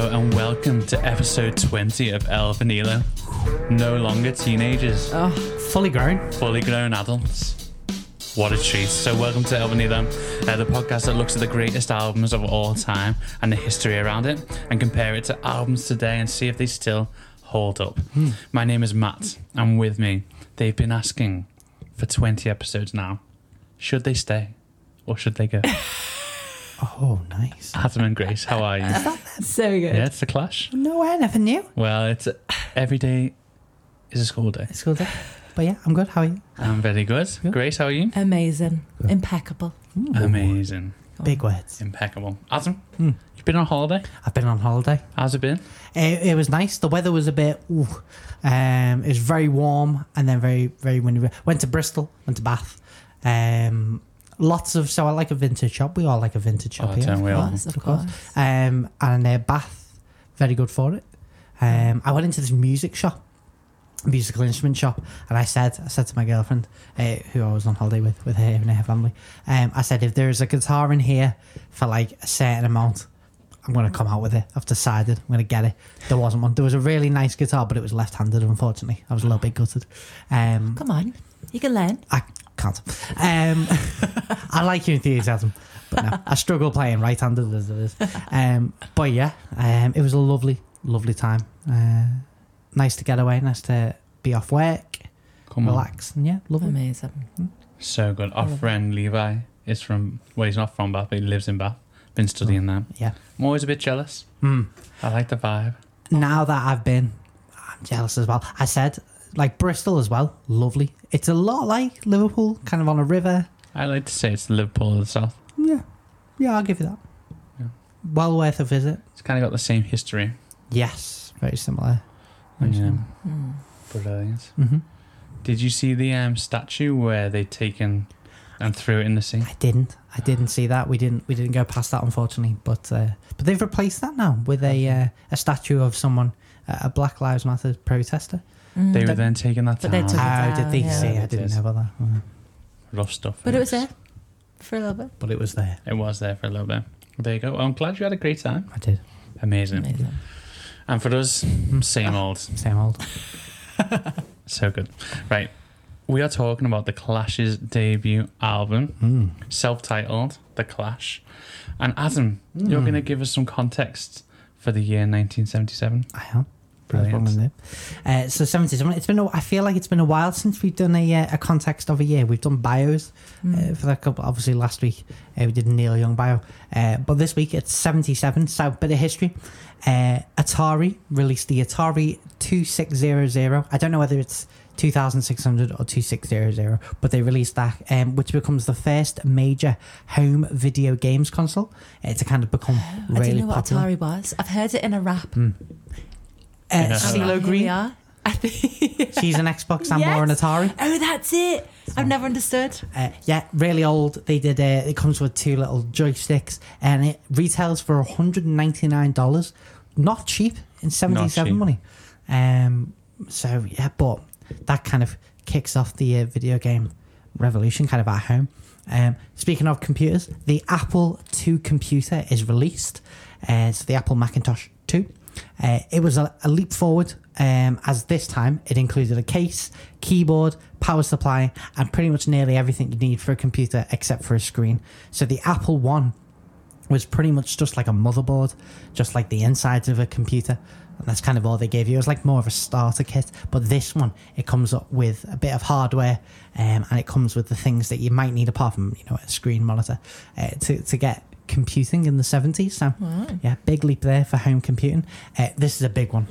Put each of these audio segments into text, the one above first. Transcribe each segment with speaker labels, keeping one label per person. Speaker 1: welcome to episode 20 of El Vanilo. No longer teenagers,
Speaker 2: Oh, fully grown.
Speaker 1: fully grown adults. What a treat. So, welcome to El Vanilo, uh, the podcast that looks at the greatest albums of all time and the history around it and compare it to albums today and see if they still hold up.
Speaker 2: Hmm.
Speaker 1: My name is Matt, and with me, they've been asking for 20 episodes now should they stay or should they go?
Speaker 2: Oh, nice.
Speaker 1: Adam and Grace, how are you?
Speaker 2: So good.
Speaker 1: Yeah, it's the clash.
Speaker 2: No, I never knew.
Speaker 1: Well, it's every day is a school day.
Speaker 2: It's good. But yeah, I'm good. How are you?
Speaker 1: I'm very good.
Speaker 2: Good.
Speaker 1: Grace, how are you?
Speaker 3: Amazing. Impeccable.
Speaker 1: Amazing,
Speaker 2: Big words.
Speaker 1: impeccable. Adam, you've been on holiday.
Speaker 2: I've been on holiday.
Speaker 1: How's it been?
Speaker 2: It, it was nice. The weather was a bit. Ooh, um, it was very warm and then very very windy. Went to Bristol. Went to Bath. Um, lots of so I like a vintage shop. We all like a vintage shop
Speaker 1: Oh,
Speaker 2: here.
Speaker 1: don't we all?
Speaker 3: Yes, of
Speaker 2: Of course.
Speaker 3: course.
Speaker 2: Um, and uh, Bath, very good for it. Um, I went into this music shop, musical instrument shop, and I said, I said to my girlfriend, uh, who I was on holiday with, with her and her family, um, I said, if there is a guitar in here for like a certain amount, I'm going to come out with it. I've decided I'm going to get it. There wasn't one. There was a really nice guitar, but it was left-handed. Unfortunately, I was a little bit gutted. Um,
Speaker 3: Come on. You can learn.
Speaker 2: I can't. Um, I like your enthusiasm, but no, I struggle playing right-handed as it is. Um, but yeah, um, it was a lovely, lovely time. Uh, nice to get away. Nice to be off work,
Speaker 1: Come on,
Speaker 2: relax, and yeah, lovely.
Speaker 3: Amazing.
Speaker 1: so good. Our friend Levi is from. Well, he's not from Bath, but he lives in Bath. Been studying them.
Speaker 2: Yeah.
Speaker 1: I'm always a bit jealous.
Speaker 2: Mm.
Speaker 1: I like the vibe.
Speaker 2: Hmm. Now that I've been, I'm jealous as well. I said like Bristol as well. Lovely. It's a lot like Liverpool, kind of on a river.
Speaker 1: I like to say it's the Liverpool of the South.
Speaker 2: Yeah, yeah, I'll give you that.
Speaker 1: Yeah.
Speaker 2: Well worth a visit.
Speaker 1: It's kind of got the same history.
Speaker 2: Yes, very similar. Very
Speaker 1: Yeah.
Speaker 2: similar.
Speaker 3: Mm.
Speaker 1: Brilliant.
Speaker 2: Mm-hmm.
Speaker 1: Did you see the um, statue where they taken and threw it in the sea?
Speaker 2: I didn't. I didn't see that. We didn't. We didn't go past that, unfortunately. But uh, but they've replaced that now with a uh, a statue of someone, uh, a Black Lives Matter protester.
Speaker 3: Mm.
Speaker 1: They were
Speaker 2: Don't-
Speaker 1: then taking that
Speaker 3: But they
Speaker 1: down.
Speaker 3: took it
Speaker 2: How
Speaker 3: down,
Speaker 2: did they
Speaker 3: yeah.
Speaker 2: see?
Speaker 1: Yeah,
Speaker 2: I
Speaker 1: it
Speaker 2: didn't
Speaker 1: is.
Speaker 2: know about that. Uh,
Speaker 1: rough stuff.
Speaker 3: but it was there for a little bit.
Speaker 2: But it was there.
Speaker 1: It was there for a little bit. There you go. Well, I'm glad you had a great time.
Speaker 2: I did.
Speaker 1: Amazing.
Speaker 3: Amazing.
Speaker 1: And for us, same old.
Speaker 2: Same old.
Speaker 1: So good. Right. We are talking about The Clash's debut album,
Speaker 2: Mm.
Speaker 1: self titled The Clash. And Adam, you're going to give us some context for the year 1977.
Speaker 2: I am.
Speaker 1: Brilliant.
Speaker 2: That's what I'm gonna do. Uh, so 77. It's been. A, I feel like it's been a while since we've done a uh, a context of a year. We've done bios
Speaker 3: Hmm. Mm.
Speaker 2: uh, for that couple. Obviously, last week uh, we did a Neil Young bio, uh, but this week it's 77. So bit of history. Uh, Atari released the Atari 2600. I don't know whether it's 2600 or 2600, but they released that, um, which becomes the first major home video games console. It's kind of become
Speaker 3: I
Speaker 2: really
Speaker 3: didn't know what
Speaker 2: popular.
Speaker 3: Atari was. I've heard it in a rap.
Speaker 2: Uh,
Speaker 1: Yeah.
Speaker 3: And
Speaker 2: CeeLo
Speaker 3: here we
Speaker 2: Green.
Speaker 3: are. I think.
Speaker 2: She's an Xbox and more an
Speaker 3: Yes.
Speaker 2: Atari.
Speaker 3: Oh, that's it. I've never understood.
Speaker 2: Uh, yeah, really old. They did. Uh, it comes with two little joysticks, and it retails for one hundred and ninety nine dollars. Not cheap in seventy
Speaker 1: cheap.
Speaker 2: seven money. Um. So yeah, but that kind of kicks off the uh, video game revolution, kind of at home. Um, speaking of computers, the Apple II computer is released. Uh, so the Apple Macintosh II. Uh, it was a, a leap forward, um, as this time it included a case, keyboard, power supply, and pretty much nearly everything you need for a computer except for a screen. So the Apple One was pretty much just like a motherboard, just like the insides of a computer. And that's kind of all they gave you. It was like more of a starter kit. But this one, it comes up with a bit of hardware um, and it comes with the things that you might need apart from, you know, a screen monitor uh, to, to get computing in the 70s. So, yeah, big leap there for home computing. Uh, this is a big one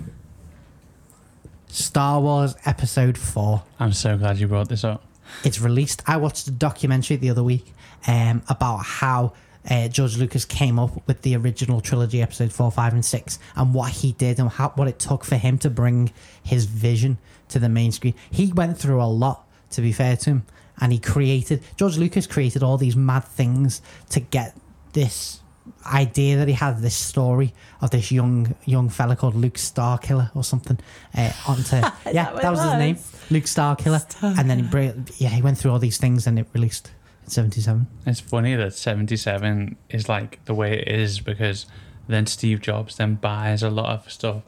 Speaker 2: Star Wars Episode 4
Speaker 1: I'm so glad you brought this up.
Speaker 2: it's released. I watched a documentary the other week um, about how uh, George Lucas came up with the original trilogy, episode four, five, and six, and what he did and how, what it took for him to bring his vision to the main screen. He went through a lot, to be fair to him, and he created George Lucas created all these mad things to get this idea that he had this story of this young young fella ccalled Luke Starkiller or something uh, onto yeah
Speaker 3: that
Speaker 2: that
Speaker 3: what
Speaker 2: was,
Speaker 3: it
Speaker 2: his name
Speaker 3: was?
Speaker 2: Luke Starkiller and then he bra- yeah he went through all these things and it released in 77
Speaker 1: It's funny that 77 is like the way it is because Then Steve Jobs then buys a lot of stuff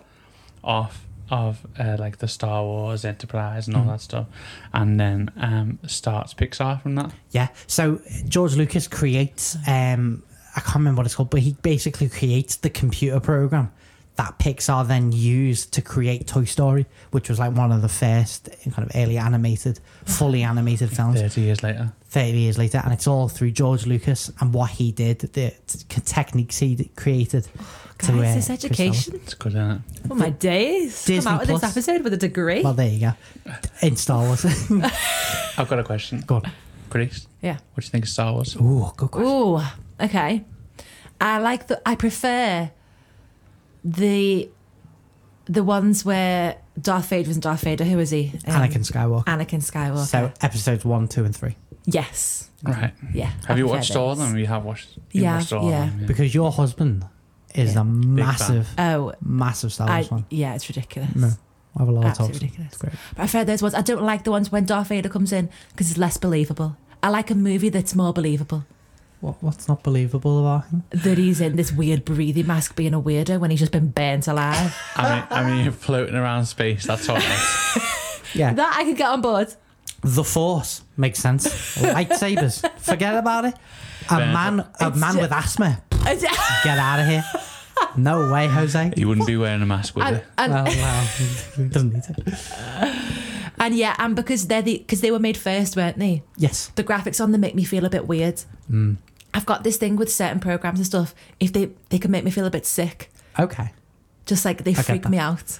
Speaker 1: off of uh, like the Star Wars Enterprise and all
Speaker 3: Mm-hmm.
Speaker 1: that stuff, and then um, starts Pixar from that.
Speaker 2: Yeah. So George Lucas creates, um, I can't remember what it's called, but he basically creates the computer program that Pixar then used to create Toy Story, which was like one of the first kind of early animated, fully animated films.
Speaker 1: Thirty years later,
Speaker 2: 30 years later, and it's all through George Lucas and what he did, the t- techniques he d- created.
Speaker 3: Guys,
Speaker 2: uh,
Speaker 3: this
Speaker 2: Chris
Speaker 3: education.
Speaker 1: it's good, isn't it?
Speaker 3: Oh my days!
Speaker 2: Disney
Speaker 3: Come out of
Speaker 2: Plus.
Speaker 3: this episode with a degree.
Speaker 2: Well, there you go. In Star Wars.
Speaker 1: I've got a question.
Speaker 2: Go on.
Speaker 1: Chris,
Speaker 3: yeah.
Speaker 1: what do you think of Star
Speaker 3: Oh,
Speaker 1: Wars?
Speaker 2: Ooh, good question.
Speaker 3: Ooh. Okay. I like the. I prefer the the ones where Darth Vader wasn't Darth Vader. Who was he? Um,
Speaker 2: Anakin Skywalker.
Speaker 3: Anakin Skywalker.
Speaker 2: So episodes one, two, and three.
Speaker 3: yes.
Speaker 1: Right.
Speaker 3: Yeah.
Speaker 1: Have
Speaker 3: I
Speaker 1: you
Speaker 3: prefer
Speaker 1: watched all of
Speaker 3: those.
Speaker 1: them? You have watched. You
Speaker 3: Yeah,
Speaker 1: watched all
Speaker 3: yeah.
Speaker 1: Of them, yeah.
Speaker 2: Because your husband is
Speaker 3: Yeah.
Speaker 2: a massive,
Speaker 3: Oh,
Speaker 2: massive Star
Speaker 3: I,
Speaker 2: Wars fan.
Speaker 3: yeah. It's ridiculous.
Speaker 2: No, I have a lot of
Speaker 3: Absolutely
Speaker 2: talks.
Speaker 3: ridiculous.
Speaker 2: It's great.
Speaker 3: But I've heard those ones. I don't like the ones when Darth Vader comes in because it's less believable. I like a movie that's more believable.
Speaker 2: What, what's not believable about him?
Speaker 3: That he's in this weird breathing mask being a weirdo when he's just been burnt alive.
Speaker 1: I mean, I mean, you're floating around space. That's all. Right.
Speaker 2: Yeah.
Speaker 3: that I could get on board.
Speaker 2: the Force makes sense. Lightsabers. Forget about it. A
Speaker 1: Fair.
Speaker 2: man, a
Speaker 3: It's
Speaker 2: man
Speaker 3: ju-
Speaker 2: with asthma.
Speaker 3: And,
Speaker 2: Get out of here. No way, Jose.
Speaker 1: you wouldn't be wearing a mask, would you?
Speaker 3: and, and,
Speaker 2: Well, well, doesn't need to.
Speaker 3: and yeah, and because they're the because they were made first, weren't they?
Speaker 2: Yes.
Speaker 3: The graphics on them make me feel a bit weird.
Speaker 2: Mm.
Speaker 3: I've got this thing with certain programs and stuff. If they they can make me feel a bit sick,
Speaker 2: Okay.
Speaker 3: just like they
Speaker 2: get
Speaker 3: freak
Speaker 2: that.
Speaker 3: me out.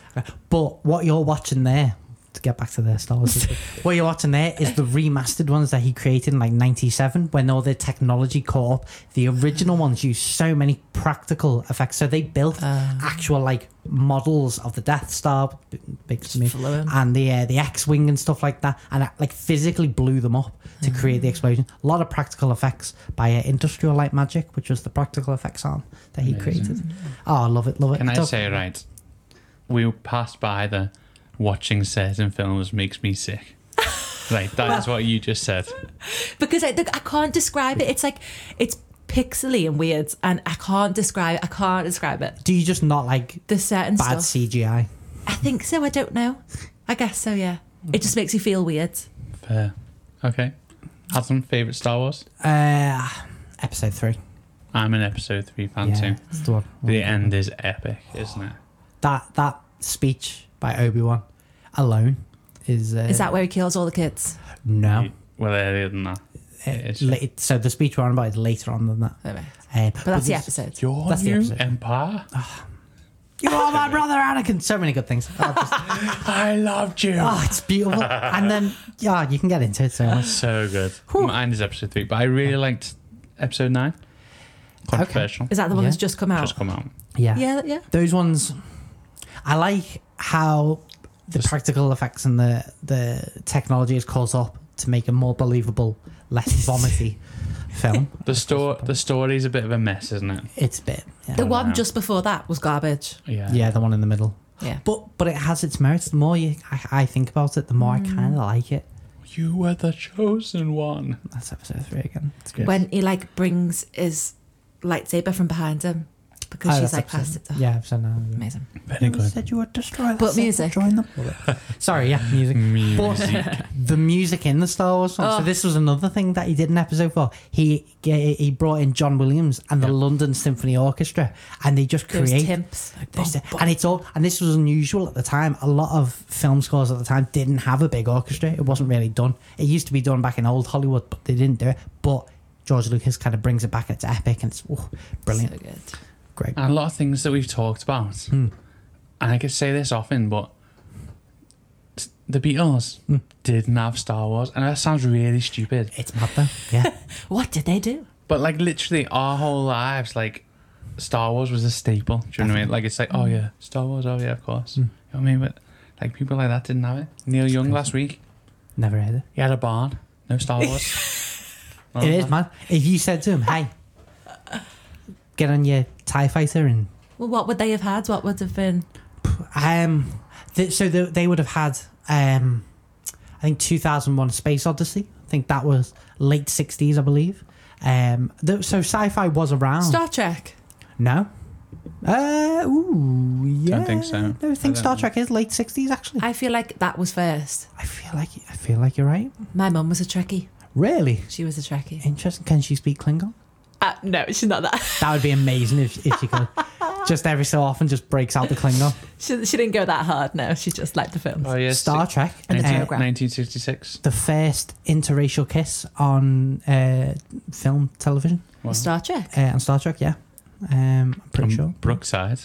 Speaker 2: But what you're watching there, to get back to the Star Wars, issue, what you're watching there is the remastered ones that he created in like '97 when all the technology caught up. The original ones used so many practical effects, so they built actual like models of the Death Star, b- big to me,
Speaker 3: flew 'em.
Speaker 2: and the uh, the X-wing and stuff like that, and uh, like physically blew them up to create the explosion. A lot of practical effects by uh, Industrial Light Magic, which was the practical effects arm that he created. Oh, I love it, love it.
Speaker 1: Can I
Speaker 2: Don't-
Speaker 1: say right? We passed by the watching certain films makes me sick. Like that is what you just said.
Speaker 3: because I, I can't describe it. It's like it's pixely and weird, and I can't describe. I can't describe it.
Speaker 2: Do you just not like
Speaker 3: There's certain
Speaker 2: bad
Speaker 3: stuff.
Speaker 2: CGI?
Speaker 3: I think so. I don't know. I guess so. Yeah. It just makes you feel weird.
Speaker 1: Fair. Okay. Adam, favorite Star Wars?
Speaker 2: Uh, episode three.
Speaker 1: I'm an episode three fan
Speaker 2: yeah,
Speaker 1: too.
Speaker 2: it's the one.
Speaker 1: The end is epic, isn't it?
Speaker 2: That that speech by Obi Wan alone is uh,
Speaker 3: Is that where he kills all the kids?
Speaker 2: no?
Speaker 1: You- Well, earlier than that.
Speaker 2: It,
Speaker 1: It's-
Speaker 2: Um, eh, late, so the speech we're on about is later on than that. Um,
Speaker 3: Oh,
Speaker 2: but
Speaker 3: right. But that's the
Speaker 2: there's-
Speaker 3: episode.
Speaker 1: Your
Speaker 2: That's the
Speaker 1: new
Speaker 2: episode. Ah.
Speaker 1: empire.
Speaker 2: You are my brother Anakin. So many good things. Oh, just-
Speaker 1: I loved you.
Speaker 2: oh, it's beautiful. And then yeah, you can get into it so much.
Speaker 1: So good. Mine is episode three, but I really liked episode nine. Controversial.
Speaker 3: Is that the one
Speaker 2: Yeah.
Speaker 3: that's just come out?
Speaker 1: Just come out.
Speaker 2: Yeah.
Speaker 3: Yeah. Yeah.
Speaker 2: Those ones, I like how the
Speaker 1: Just-
Speaker 2: practical effects and the the technology is caught up to make a more believable, less vomity film.
Speaker 1: The store, the story's a bit of a mess, isn't it?
Speaker 2: It's a bit. Yeah.
Speaker 3: The
Speaker 1: Oh,
Speaker 3: one
Speaker 1: wow.
Speaker 3: just before that was garbage.
Speaker 1: Yeah.
Speaker 2: yeah, the one in the middle.
Speaker 3: Yeah.
Speaker 2: But but it has its merits. The more you, I, I think about it, the more I kind of like it.
Speaker 1: You were the chosen one.
Speaker 2: That's episode three again. It's good.
Speaker 3: When he like brings his lightsaber from behind him because
Speaker 2: Oh,
Speaker 3: she's
Speaker 2: that's
Speaker 3: like
Speaker 2: episode-
Speaker 3: past it. Oh,
Speaker 2: Yeah, episode nine.
Speaker 3: Amazing.
Speaker 1: Very
Speaker 2: You said you would destroy.
Speaker 3: But music.
Speaker 2: Join them. Sorry, yeah,
Speaker 1: Mm.
Speaker 2: music.
Speaker 1: Music.
Speaker 2: the music in the Star Wars one. So
Speaker 3: Oh.
Speaker 2: this was another thing that he did in episode four. He ga- he brought in John Williams and the
Speaker 1: Yeah.
Speaker 2: London Symphony Orchestra, and they just
Speaker 3: Those
Speaker 2: create
Speaker 3: timps. Like,
Speaker 2: There's
Speaker 3: bum,
Speaker 2: the-
Speaker 3: bum.
Speaker 2: and it's all and this was unusual at the time a lot of film scores at the time didn't have a big orchestra it wasn't really done it used to be done back in old hollywood but they didn't do it but george lucas kind of brings it back and it's epic and it's oh, brilliant
Speaker 3: So good.
Speaker 2: great
Speaker 1: And a lot of things that we've talked about.
Speaker 2: Hmm.
Speaker 1: And I could say this often, but t- the Beatles
Speaker 2: Hmm.
Speaker 1: didn't have Star Wars, and that sounds really stupid.
Speaker 2: it's mad though yeah
Speaker 3: What did they do?
Speaker 1: But like literally, our whole lives, like Star Wars was a staple. Do you know what I mean? Like it's like, oh
Speaker 2: Hmm.
Speaker 1: yeah, Star Wars. Oh yeah, of course. You know what I mean? But like people like that didn't have it. Neil Young last week,
Speaker 2: never heard it
Speaker 1: he had a barn, no Star Wars. Well, uh,
Speaker 2: it is mad if you said to him hey get on your tie fighter and
Speaker 3: Well, what would they have had? What would have been?
Speaker 2: um th- so the, they would have had um i think 2001 space odyssey i think that was late 60s i believe um th- so sci-fi was around
Speaker 3: Star Trek.
Speaker 2: No. Uh, ooh, yeah.
Speaker 1: Don't think so.
Speaker 2: No, I think
Speaker 1: I
Speaker 2: Star
Speaker 1: don't-
Speaker 2: Trek is late sixties. Actually, I,
Speaker 3: I feel like that was first.
Speaker 2: feel like I feel like you're right.
Speaker 3: My mum was a Trekkie.
Speaker 2: Really
Speaker 3: She was a Trekkie.
Speaker 2: interesting. Can she speak Klingon?
Speaker 3: Uh, no, she's not that.
Speaker 2: That would be amazing if, if she could. just every so often, just breaks out the Klingon.
Speaker 3: She, she didn't go that hard. No, she just liked the films.
Speaker 1: Oh yeah,
Speaker 2: Star Trek.
Speaker 3: And the
Speaker 2: uh,
Speaker 3: telegram.
Speaker 1: 1966.
Speaker 2: the first interracial kiss on uh, film, television,
Speaker 1: Wow.
Speaker 3: Star Trek.
Speaker 2: uh, on Star Trek. Yeah, um, I'm
Speaker 1: From
Speaker 2: pretty sure.
Speaker 1: Brookside,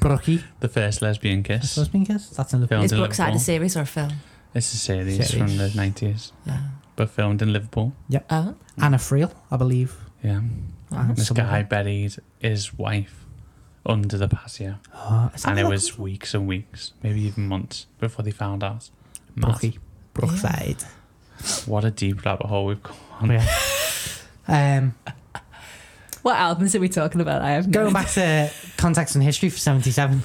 Speaker 2: Brookie,
Speaker 1: the first lesbian kiss.
Speaker 2: has been kissed. That's in the
Speaker 1: Filmed
Speaker 3: Is
Speaker 1: in
Speaker 3: Brookside a
Speaker 1: Liverpool.
Speaker 3: series or a film?
Speaker 1: It's a series,
Speaker 2: Series.
Speaker 1: from the 90s,
Speaker 3: Yeah.
Speaker 1: but filmed in Liverpool.
Speaker 3: Oh,
Speaker 2: Anna Friel, I believe.
Speaker 1: Yeah.
Speaker 2: And
Speaker 1: This
Speaker 2: someone-
Speaker 1: guy buried his wife under the patio,
Speaker 2: Oh, is that
Speaker 1: and it
Speaker 2: what-
Speaker 1: was weeks and weeks, maybe even months, before they found out. Mad.
Speaker 2: Brookie. Brookside.
Speaker 1: What a deep rabbit hole we've gone. on.
Speaker 2: Yeah.
Speaker 1: Oh,
Speaker 2: Um,
Speaker 3: what albums are we talking about? I have no
Speaker 2: going
Speaker 3: idea.
Speaker 2: back to context and history for 77,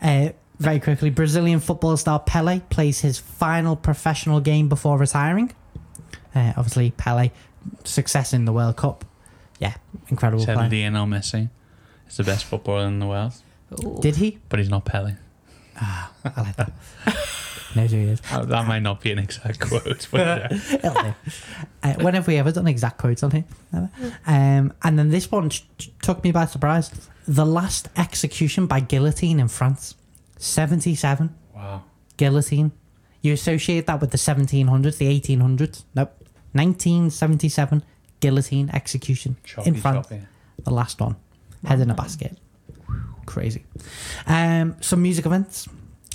Speaker 2: uh, very quickly, Brazilian football star Pele plays his final professional game before retiring. Uh, obviously, Pele, success in the World Cup. Yeah, incredible
Speaker 1: Said
Speaker 2: player.
Speaker 1: Lionel Messi is the best footballer in the world,
Speaker 3: Ooh.
Speaker 2: Did he?
Speaker 1: but he's not Pele.
Speaker 2: Ah, I like that. Knows who he is.
Speaker 1: That, that might not be an exact quote, but yeah.
Speaker 2: It'll do. Uh, when have we ever done exact quotes on here? Never. Um, and then this one t- t- took me by surprise. The last execution by guillotine in France, 77.
Speaker 1: wow.
Speaker 2: guillotine. You associate that with the 1700s, the 1800s. Nope. 1977 guillotine execution
Speaker 1: Choppy,
Speaker 2: in France.
Speaker 1: choppy.
Speaker 2: The last one. Head in a basket. Crazy. Um, some music events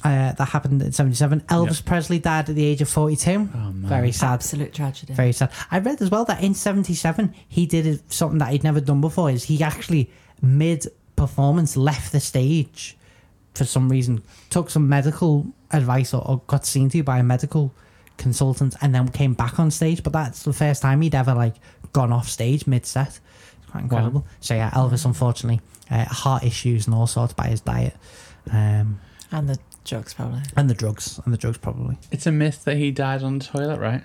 Speaker 2: uh, that happened in 77. Elvis Presley died at the age of 42.
Speaker 1: Oh, man.
Speaker 2: Very sad.
Speaker 3: Absolute tragedy.
Speaker 2: Very sad. I read as well that in '77 he did something that he'd never done before. Is he actually mid performance left the stage for some reason, took some medical advice or, or got seen to by a medical consultant, and then came back on stage. But that's the first time he'd ever like gone off stage mid set. It's quite incredible. So yeah, Elvis unfortunately uh, heart issues and all sorts by his diet. Um,
Speaker 3: and the drugs, probably.
Speaker 2: and the drugs, and the drugs probably. Mm,
Speaker 1: It's a myth that he died on the toilet, right?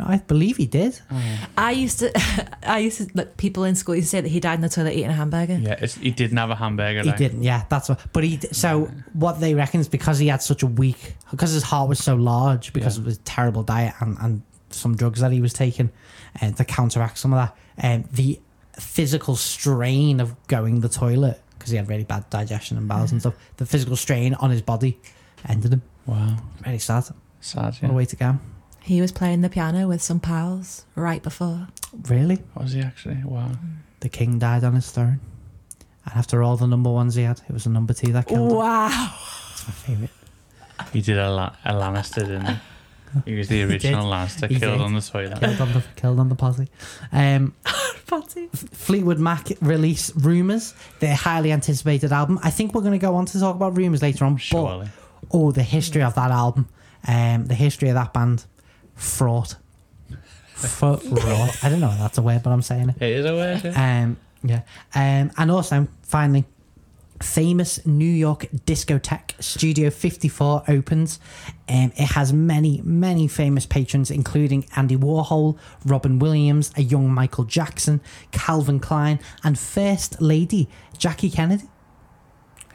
Speaker 2: I believe he did.
Speaker 1: Oh, yeah.
Speaker 3: I used to, I used to, like, people in school used to say that he died in the toilet eating a hamburger.
Speaker 1: Yeah, it's, he didn't have a hamburger.
Speaker 2: He
Speaker 1: right?
Speaker 2: didn't, yeah. That's what. But he. d- So what they reckon is because he had such a weak, because his heart was so large, because
Speaker 1: Yeah.
Speaker 2: of his terrible diet and and some drugs that he was taking, uh, to counteract some of that, and the physical strain of going to the toilet because he had really bad digestion and bowels and stuff. The physical strain on his body ended him.
Speaker 1: Wow.
Speaker 2: Really sad.
Speaker 1: Sad,
Speaker 2: What a
Speaker 1: yeah.
Speaker 2: way to go.
Speaker 3: He was playing the piano with some pals right before.
Speaker 2: Really,
Speaker 1: Was he actually? Wow.
Speaker 2: the king died on his throne, and after all the number ones he had, it was the number two that killed him.
Speaker 3: Wow.
Speaker 2: That's my favorite.
Speaker 1: He did a, la- a Lannister, didn't he? He was the
Speaker 2: He
Speaker 1: original Lannister
Speaker 2: He
Speaker 1: killed
Speaker 2: did.
Speaker 1: on the toilet.
Speaker 2: Killed on the killed on the posse. Um,
Speaker 3: Potty.
Speaker 2: Fleetwood Mac release rumors, their highly anticipated album. I think we're going to go on to talk about rumors later on, but
Speaker 1: Surely.
Speaker 2: oh, the history of that album, um, the history of that band, fraught, fraught. I don't know if that's a word, but I'm saying it.
Speaker 1: It is a word. yeah.
Speaker 2: Um, yeah, um, and also finally, famous New York discotheque Studio 54 opens. Um, it has many, many famous patrons, including Andy Warhol, Robin Williams, a young Michael Jackson, Calvin Klein, and First Lady Jackie Kennedy.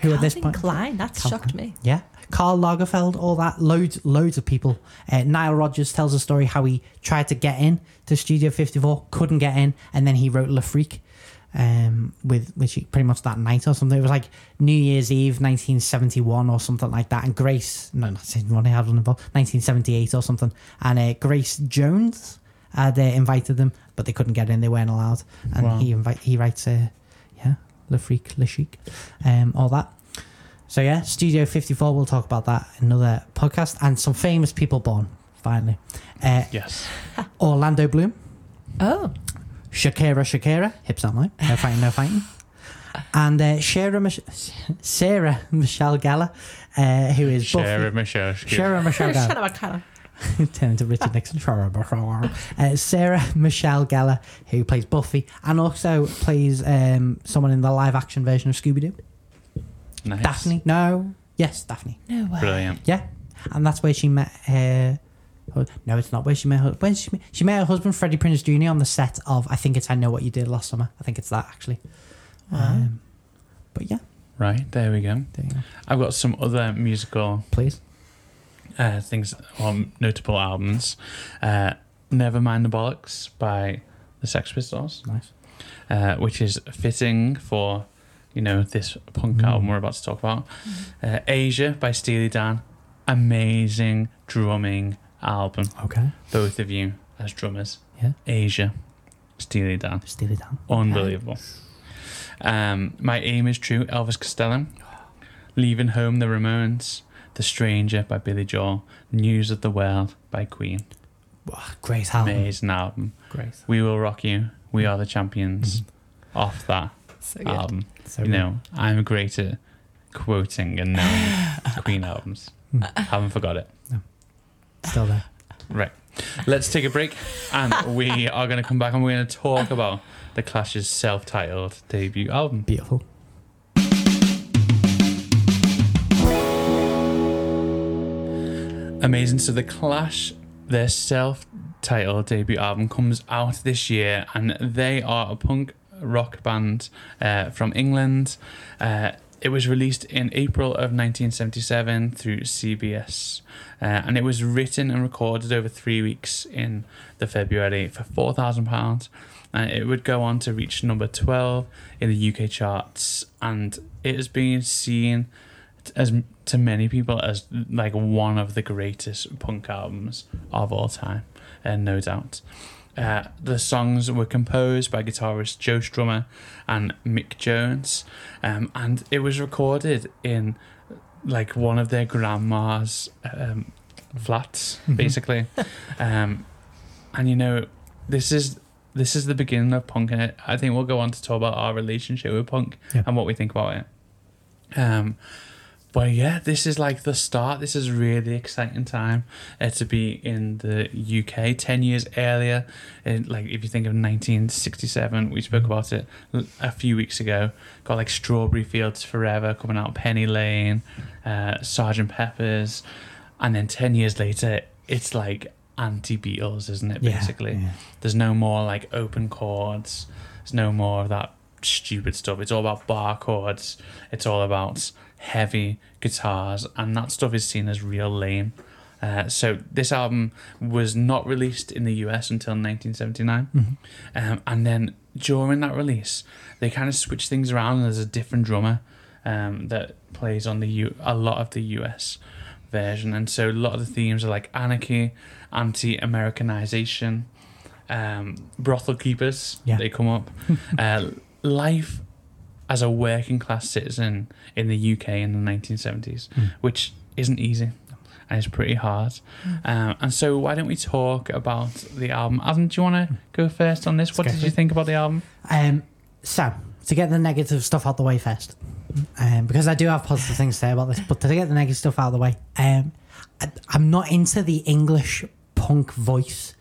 Speaker 2: Who at this point?
Speaker 3: Klein, that
Speaker 2: Calvin
Speaker 3: shocked
Speaker 2: Klein.
Speaker 3: me.
Speaker 2: Yeah. Carl Lagerfeld, all that, loads, loads of people. Uh, Nile Rodgers tells a story how he tried to get in to Studio 54, couldn't get in, and then he wrote La Freak, um, with which he pretty much that night or something. It was like New Year's Eve, 1971 or something like that. And Grace, no, not 71, I had one involved, 1978 or something. And uh, Grace Jones had uh, invited them, but they couldn't get in, they weren't allowed. And
Speaker 1: Wow.
Speaker 2: he invite, he writes, uh, yeah, Le Freak, Le Chic, um, all that. So yeah, Studio 54. We'll talk about that in another podcast and some famous people born. Finally, uh,
Speaker 1: Yes.
Speaker 2: Orlando Bloom,
Speaker 3: Oh,
Speaker 2: Shakira, Shakira, hips online, no fighting, no fighting, and uh, Sarah, Mich- Sarah Michelle Gellar, uh, who is
Speaker 1: Share
Speaker 2: Buffy.
Speaker 1: him a show.
Speaker 2: Sarah Michelle Gellar. Turn into Richard Nixon. uh, Sarah Michelle Gellar, who plays Buffy and also plays um, someone in the live action version of Scooby Doo.
Speaker 1: Nice.
Speaker 2: Daphne? No. Yes, Daphne.
Speaker 3: No way.
Speaker 1: Brilliant.
Speaker 2: Yeah, and that's where she met her. hu- No, it's not where she met her. When she met, she met her husband Freddie Prinze Jr. on the set of I think it's I know what you did last summer. I think it's that actually. Um, But yeah,
Speaker 1: Right, there we go.
Speaker 2: there you go.
Speaker 1: I've got some other musical
Speaker 2: Please.
Speaker 1: uh, things or notable albums. Uh, Never Mind the Bollocks by the Sex Pistols,
Speaker 2: Nice.
Speaker 1: uh, which is fitting for, you know, this punk
Speaker 2: Mm. Mm-hmm.
Speaker 1: album we're about to talk about. Uh, Asia by Steely Dan. Amazing drumming album.
Speaker 2: Okay.
Speaker 1: Both of you as drummers.
Speaker 2: Yeah.
Speaker 1: Asia, Steely Dan.
Speaker 2: Steal it down.
Speaker 1: Unbelievable. Um, My Aim is True, Elvis Costello. Leaving Home, The Ramones. The Stranger by Billy Joel. News of the World by Queen.
Speaker 2: Wow, Great album.
Speaker 1: Amazing album.
Speaker 2: Great.
Speaker 1: We Will Rock You. We Are the Champions.
Speaker 2: Mm-hmm.
Speaker 1: Off that
Speaker 3: So
Speaker 1: album.
Speaker 2: So
Speaker 1: You know, I'm great at quoting and knowing Queen albums. Haven't forgot it.
Speaker 2: still there.
Speaker 1: Right. Let's take a break and we are going to come back and we're going to talk about The Clash's self titled debut album.
Speaker 2: Beautiful.
Speaker 1: Amazing. So the Clash, their self-titled debut album comes out this year, and they are a punk rock band uh, from England. Uh, it was released in April of 1977 through CBS, uh, and it was written and recorded over three weeks in the February for four thousand pounds, and it would go on to reach number twelve in the UK charts, and it has been seen as to many people as like one of the greatest punk albums of all time, and no doubt. Uh, the songs were composed by guitarist Joe Strummer and Mick Jones, um, and it was recorded in like one of their grandma's um, flats,
Speaker 2: Mhm.
Speaker 1: basically. um, and you know, this is this is the beginning of punk, and I think we'll go on to talk about our relationship with punk
Speaker 2: Yeah.
Speaker 1: and what we think about it. Um, but yeah, this is like the start. This is really exciting time uh, to be in the UK. Ten years earlier, in, like if you think of 1967, we spoke about it l- a few weeks ago. Got like Strawberry Fields Forever coming out, Penny Lane, uh, Sergeant Pepper's, and then ten years later, it's like anti Beatles, isn't it?
Speaker 2: Yeah,
Speaker 1: Basically, Mm-hmm.
Speaker 2: yeah.
Speaker 1: there's no more like open chords. There's no more of that stupid stuff. It's all about bar chords. It's all about heavy guitars, and that stuff is seen as real lame. Uh, so this album was not released in the US until 1979,
Speaker 2: Mm-hmm.
Speaker 1: um, and then during that release, they kind of switch things around. And there's a different drummer um, that plays on the U- a lot of the US version, and so a lot of the themes are like anarchy, anti-Americanization, um, brothel keepers.
Speaker 2: Yeah.
Speaker 1: They come up. uh, life as a working class citizen in the UK in the 1970s, which isn't easy and it's pretty hard. Um, and so, why don't we talk about the album? Adam, do you want to go first on this? what
Speaker 2: go
Speaker 1: did
Speaker 2: for
Speaker 1: you
Speaker 2: it.
Speaker 1: think about the album?
Speaker 2: Um, so to get the negative stuff out the way first, um, because I do have positive things to say about this, but to get the negative stuff out of the way, um, I, I'm not into the English punk voice,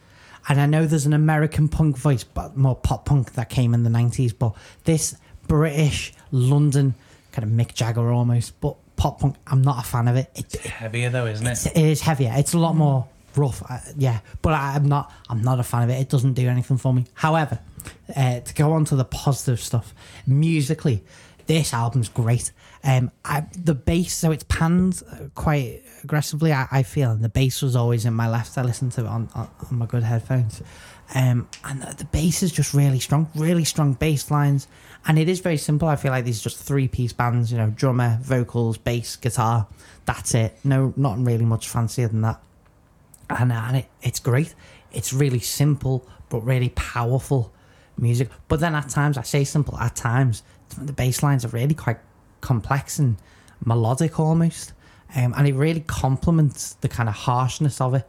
Speaker 2: and I know there's an American punk voice, but more pop punk that came in the '90s. But this British London kind of Mick Jagger almost, but pop punk, I'm not a fan of it. It,
Speaker 1: It's heavier though, isn't it?
Speaker 2: it's, it is heavier. It's a lot more rough. Uh, yeah, but I, I'm not. I'm not a fan of it. It doesn't do anything for me. However, uh, to go on to the positive stuff, musically, this album's great. Um, I, the bass, so it's panned uh, quite aggressively. I, I feel, and the bass was always in my left. I listened to it on, on, on my good headphones, um, and the, the bass is just really strong, really strong bass lines. And it is very simple. I feel like these are just three piece bands, you know, drummer, vocals, bass, guitar. That's it. No, not really much fancier than that. And, uh, and it, it's great. It's really simple, but really powerful music. But then at times, I say simple, at times, the bass lines are really quite complex and melodic almost. Um, and it really complements the kind of harshness of it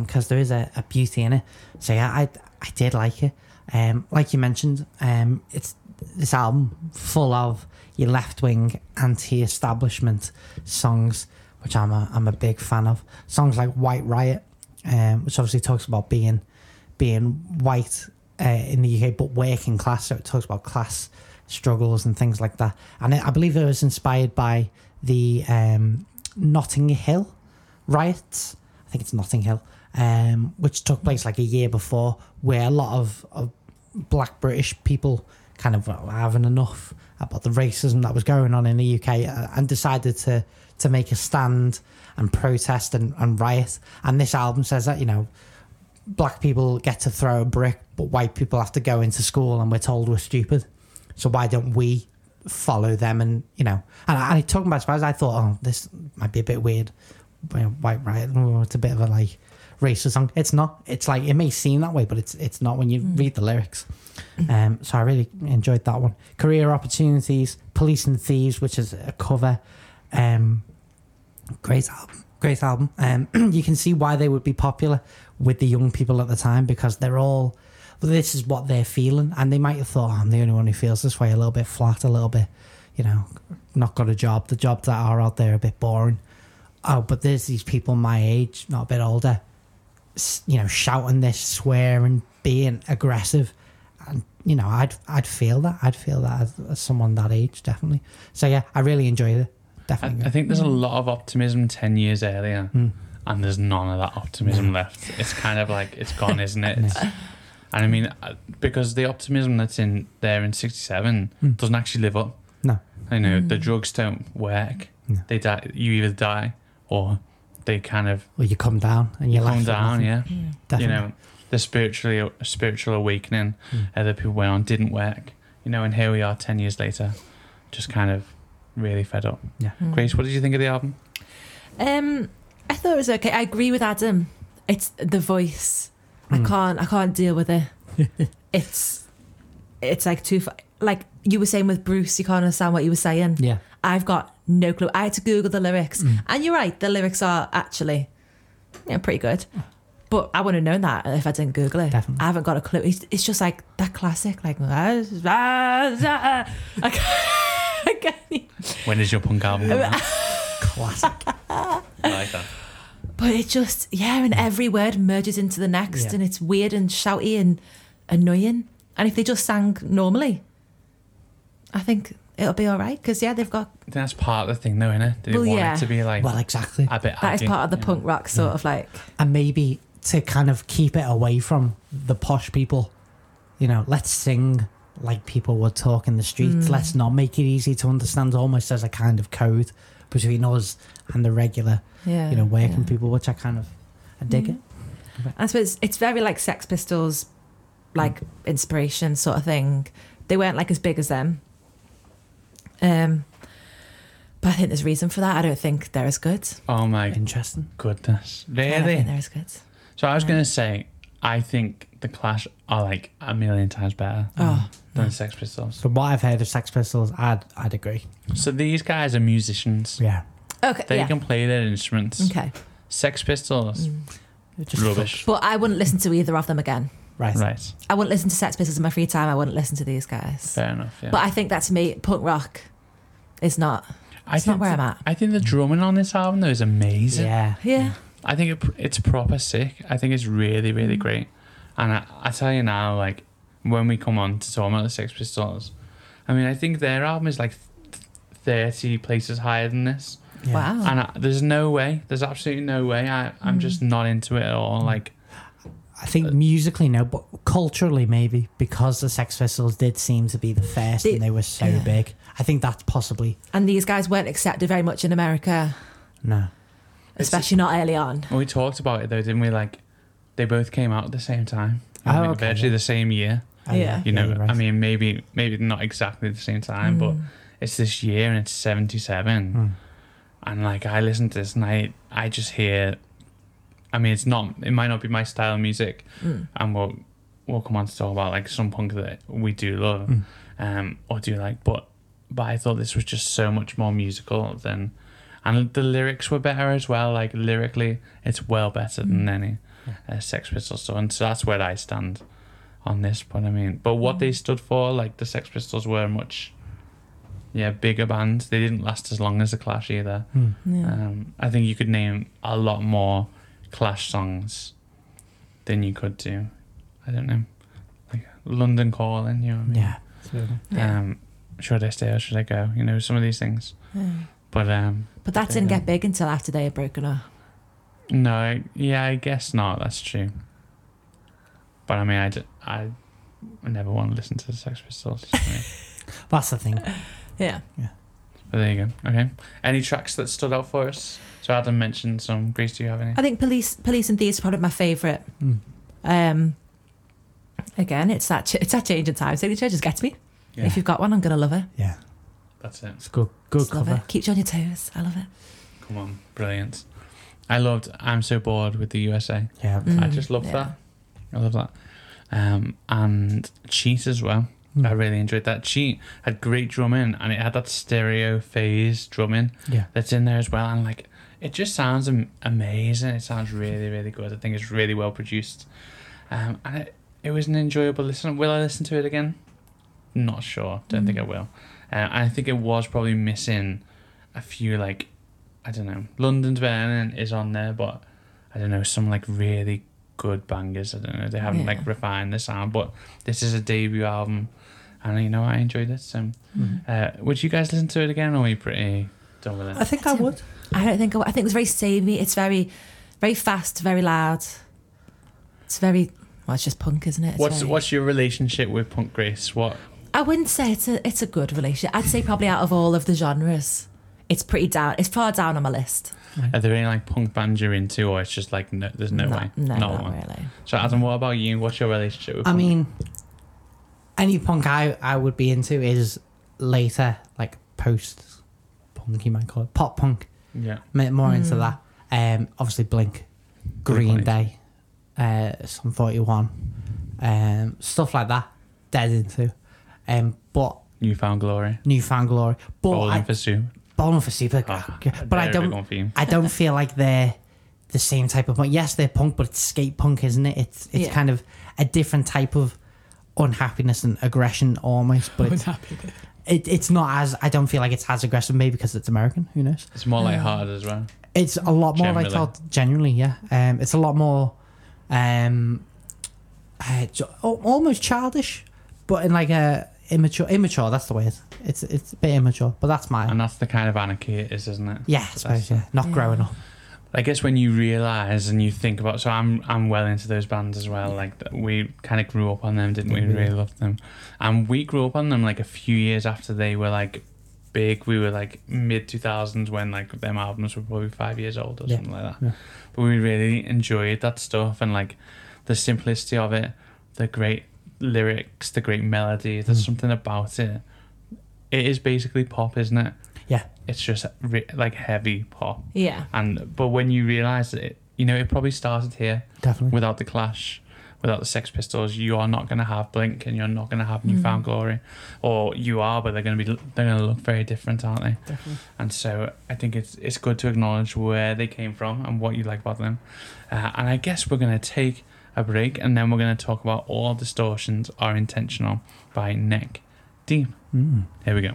Speaker 2: because there is a, a beauty in it. So yeah, I, I did like it. Um, like you mentioned, um, it's this album full of your left wing anti establishment songs, which I'm a, I'm a big fan of. Songs like White Riot, um, which obviously talks about being being white uh, in the UK but working class, so it talks about class struggles and things like that. And it, I believe it was inspired by the um, Notting Hill riots. I think it's Notting Hill, um, which took place like a year before, where a lot of, of black British people kind of having enough about the racism that was going on in the UK uh, and decided to to make a stand and protest and, and riot. And this album says that you know black people get to throw a brick, but white people have to go into school and we're told we're stupid. So why don't we follow them? And you know, and I, and it took me by surprise. I thought, oh, this might be a bit weird. You know, White riot, oh, it's a bit of a like racist song. It's not. It's like it may seem that way, but it's it's not when you read the lyrics. Um, so I really enjoyed that one. Career opportunities, police and thieves, which is a cover. Um, great album, great album. Um, you can see why they would be popular with the young people at the time because they're all. Well, this is what they're feeling, and they might have thought, oh, "I'm the only one who feels this way." A little bit flat, a little bit, you know, not got a job. The jobs that are out there are a bit boring. Oh, but there's these people my age, not a bit older, s- you know, shouting this, swearing, being aggressive, and you know, I'd I'd feel that. I'd feel that as, as someone that age, definitely. So yeah, I really enjoyed it.
Speaker 1: I,
Speaker 2: Definitely. Mm,
Speaker 1: I think there's a lot of optimism 10 years earlier, and there's none of that optimism left. It's kind of like it's gone, isn't it? It's, and I mean, uh, because the optimism that's in there in 67
Speaker 2: Hmm.
Speaker 1: doesn't actually live up.
Speaker 2: No.
Speaker 1: I know the drugs don't work.
Speaker 2: No.
Speaker 1: They die. You either die or they kind of
Speaker 2: Well, you come down and you, laugh
Speaker 1: calm
Speaker 2: at
Speaker 1: down.
Speaker 2: nothing.
Speaker 1: Yeah,
Speaker 2: Definitely.
Speaker 1: you know, the spiritually spiritual awakening
Speaker 3: Hmm.
Speaker 1: other people went on didn't work. You know, and here we are 10 years later, just kind of really fed up.
Speaker 2: Yeah.
Speaker 3: Hmm.
Speaker 1: Grace, what did you think of the album?
Speaker 3: Um, I thought it was okay. I agree with Adam. It's the voice.
Speaker 1: Hmm.
Speaker 3: I can't. I can't deal with it. it's it's like too. fa- Like you were saying with Bruce, you can't understand what you were saying.
Speaker 2: Yeah.
Speaker 3: I've got no clue. I had to Google the lyrics,
Speaker 2: Mm.
Speaker 3: and you're right. The lyrics are actually yeah pretty good. But I wouldn't have known that if I didn't Google it.
Speaker 2: Definitely.
Speaker 3: I haven't got a clue. It's, it's just like that classic, like I can't, I can't even-
Speaker 1: When is your punk album? coming out?
Speaker 2: Classic.
Speaker 1: I like that.
Speaker 3: But it just, yeah, and every word merges into the next,
Speaker 2: Yeah.
Speaker 3: and it's weird and shouty and annoying. And if they just sang normally, I think it'll be all right. Because, yeah, they've got
Speaker 1: I think That's part of the thing, though, isn't it? They
Speaker 3: Well,
Speaker 1: want
Speaker 3: yeah.
Speaker 1: it to be like
Speaker 2: well, exactly.
Speaker 1: a bit.
Speaker 3: that is
Speaker 1: arty,
Speaker 3: part of the
Speaker 1: you know?
Speaker 3: punk rock sort of like,
Speaker 2: And maybe to kind of keep it away from the posh people, you know, let's sing like people would talk in the
Speaker 3: Hmm.
Speaker 2: streets. Let's not make it easy to understand, almost as a kind of code between us and the regular,
Speaker 3: yeah.
Speaker 2: you know, working
Speaker 3: yeah. Hmm.
Speaker 2: people, which I kind of I dig it.
Speaker 3: I suppose it's very like Sex Pistols, like
Speaker 1: Mm.
Speaker 3: inspiration sort of thing. They weren't like as big as them. Um, but I think there's reason for that. I don't think they're as good.
Speaker 1: Oh my
Speaker 2: Interesting.
Speaker 1: goodness!
Speaker 3: I don't think
Speaker 1: Really?
Speaker 3: they're as good.
Speaker 1: So I was gonna say, I think the Clash are like a million times better
Speaker 3: Oh,
Speaker 1: than Sex Pistols.
Speaker 2: From what I've heard of Sex Pistols, I'd I'd agree.
Speaker 1: So these guys are musicians.
Speaker 2: Yeah.
Speaker 3: okay.
Speaker 1: They
Speaker 3: yeah. Mm-hmm.
Speaker 1: can play their instruments.
Speaker 3: Okay. Mm.
Speaker 1: Sex Pistols,
Speaker 2: Just
Speaker 1: rubbish.
Speaker 3: But I wouldn't listen to either of them again.
Speaker 2: Right.
Speaker 1: Right.
Speaker 3: I wouldn't listen to Sex Pistols in my free time. I wouldn't listen to these guys.
Speaker 1: Fair enough. Yeah.
Speaker 3: But I think that to me, punk rock is not.
Speaker 1: I
Speaker 3: it's not
Speaker 1: think
Speaker 3: where
Speaker 1: the-
Speaker 3: I'm at. Mm.
Speaker 1: I think the drumming on this album though is amazing.
Speaker 2: Yeah.
Speaker 3: Yeah.
Speaker 1: I think it, pr- it's proper sick. I think it's really,
Speaker 3: Mm.
Speaker 1: really great. And I, I tell you now, like, when we come on to talk about the Sex Pistols, I mean, I think their album is like th- 30 places higher than this.
Speaker 2: Yeah.
Speaker 3: Wow.
Speaker 1: And I, there's no way, there's absolutely no way. I,
Speaker 3: Mm.
Speaker 1: I'm just not into it at all. Like,
Speaker 2: I
Speaker 1: Uh,
Speaker 2: think musically no, but culturally maybe because the Sex Pistols did seem to be the first
Speaker 3: They-
Speaker 2: and they were so
Speaker 3: yeah.
Speaker 2: big. I think that's possibly
Speaker 3: and these guys weren't accepted very much in America,
Speaker 2: no.
Speaker 1: It's-
Speaker 3: especially not early on.
Speaker 1: we talked about it though, didn't we? Like, they both came out at the same time. I
Speaker 2: Oh,
Speaker 1: mean,
Speaker 2: okay,
Speaker 1: virtually
Speaker 2: yeah.
Speaker 1: the same year.
Speaker 2: Oh,
Speaker 3: Yeah.
Speaker 1: You know,
Speaker 2: you're right.
Speaker 1: I mean, maybe maybe not exactly at the same time, but it's this year and it's seventy seven,
Speaker 2: Hmm.
Speaker 1: and like I listen to this and I I just hear, I mean, it's not it might not be my style of music, and we'll we'll come on to talk about like some punk that we do love, um, or do like, but but I thought this was just so much more musical than, and the lyrics were better as well. Like lyrically, it's well better than any uh, Sex Pistols stuff, and so that's where I stand on this. But I mean, but what they stood for, like the Sex Pistols were a much, yeah, bigger band. They didn't last as long as the Clash either.
Speaker 2: Hmm.
Speaker 3: Mm.
Speaker 1: Um, I think you could name a lot more Clash songs than you could do. I don't know, like London Calling. You know what I mean?
Speaker 2: Yeah.
Speaker 1: Um, should I stay or should I go? You know, some of these things. But um,
Speaker 3: But that didn't get big until after they had broken up.
Speaker 1: no, I- yeah, I guess not. That's true. But I mean, I, d- I I never want to listen to the Sex Pistols. it's just me.
Speaker 2: That's the thing.
Speaker 3: Uh, Yeah.
Speaker 1: but there you go. Okay. Any tracks that stood out for us? So Adam mentioned some. Grace, do you have any?
Speaker 3: I think police police and thieves are probably my favourite.
Speaker 2: Mm.
Speaker 3: Um, again, it's that ch- it's that change in time signature just gets me.
Speaker 1: Yeah.
Speaker 3: If you've got one, I'm gonna love it.
Speaker 2: Yeah,
Speaker 1: That's it.
Speaker 2: it's good. Good
Speaker 3: Just love
Speaker 2: cover.
Speaker 3: it. Keeps you on your toes. I love it.
Speaker 1: Come on. Brilliant. I loved I'm So Bored with the USA.
Speaker 2: Yeah.
Speaker 1: I
Speaker 3: Mm,
Speaker 1: just love
Speaker 3: yeah.
Speaker 1: that. I love that. Um, and Cheat as well.
Speaker 2: Mm.
Speaker 1: I really enjoyed that. Cheat had great drumming and it had that stereo phase drumming
Speaker 2: Yeah.
Speaker 1: that's in there as well. And like, it just sounds am- amazing. It sounds really, really good. I think it's really well produced. Um, and it, it was an enjoyable listen. Will I listen to it again? Not sure. Don't think I will. Uh, I think it was probably missing a few, like, I don't know. London's Burning is on there, but I don't know, some like really good bangers. I don't know. They haven't
Speaker 3: Yeah.
Speaker 1: like refined the sound, but this is a debut album. And you know, I enjoyed it. So,
Speaker 2: Mhm.
Speaker 1: uh, would you guys listen to it again, or were you pretty done with it?
Speaker 2: I think I would.
Speaker 3: I don't think I, I think it was very samey. It's very, very fast, very loud. It's very well. It's just punk, isn't it? It's
Speaker 1: What's
Speaker 3: very-
Speaker 1: what's your relationship with Punk Grace? What
Speaker 3: I wouldn't say it's a it's a good relationship. I'd say probably out of all of the genres, it's pretty down. It's far down on my list.
Speaker 1: are there any like punk bands you're into, or it's just like no, there's no, way,
Speaker 3: no,
Speaker 1: not
Speaker 3: not
Speaker 1: one.
Speaker 3: really.
Speaker 1: So Adam, what about you? What's your relationship with?
Speaker 2: I
Speaker 1: punk?
Speaker 2: mean, any punk I, I would be into is later, like post punk, you might call it pop punk.
Speaker 1: yeah,
Speaker 2: M- More into
Speaker 3: Mm.
Speaker 2: that. Um, obviously Blink, Green
Speaker 1: Blink
Speaker 2: Day, uh, some Forty One, um, stuff like that. Dead into, um, but
Speaker 1: Newfound Glory,
Speaker 2: Newfound Glory, but
Speaker 1: Bowling
Speaker 2: I,
Speaker 1: for Sue.
Speaker 2: Bowling for Super,
Speaker 1: Ah,
Speaker 2: but
Speaker 1: very
Speaker 2: I
Speaker 1: big
Speaker 2: don't,
Speaker 1: one for you.
Speaker 2: I don't feel like they're the same type of punk. Yes, they're punk, but it's skate punk, isn't it? It's it's
Speaker 3: Yeah.
Speaker 2: kind of a different type of unhappiness and aggression almost, but it's, it, it's not as I don't feel like it's as aggressive. Maybe because it's American, who knows?
Speaker 1: It's more like hard as well.
Speaker 2: It's a lot more like
Speaker 1: Generally.
Speaker 2: that. Genuinely, yeah. Um, it's a lot more, um, uh, j- al- almost childish, but in like a immature. Immature. That's the way it's. It's it's a bit immature, but that's my.
Speaker 1: And that's the kind of anarchy it is, isn't it?
Speaker 2: Yeah, I suppose. Yeah, not
Speaker 3: Yeah.
Speaker 2: growing up.
Speaker 1: I guess when you realize and you think about, so I'm I'm well into those bands as well. Like th- we kind of grew up on them, didn't we? We
Speaker 2: Yeah.
Speaker 1: really loved them, and we grew up on them like a few years after they were like big. We were like mid two thousands when like them albums were probably five years old or
Speaker 2: Yeah.
Speaker 1: something like that.
Speaker 2: Yeah.
Speaker 1: But we really enjoyed that stuff and like the simplicity of it, the great lyrics, the great melody. There's
Speaker 2: Mm.
Speaker 1: something about it. It is basically pop, isn't it?
Speaker 2: Yeah.
Speaker 1: It's just re- like heavy pop
Speaker 3: Yeah,
Speaker 1: and but when you realize that it you know it probably started here
Speaker 2: Definitely.
Speaker 1: without the clash without the sex pistols you are not going to have blink and you're not going to have newfound glory or you are but they're going to be they're going to look very different aren't they
Speaker 2: Definitely.
Speaker 1: and so i think it's it's good to acknowledge where they came from and what you like about them uh, and i guess we're going to take a break and then we're going to talk about all distortions are intentional by nick deep
Speaker 2: Mm.
Speaker 1: here we go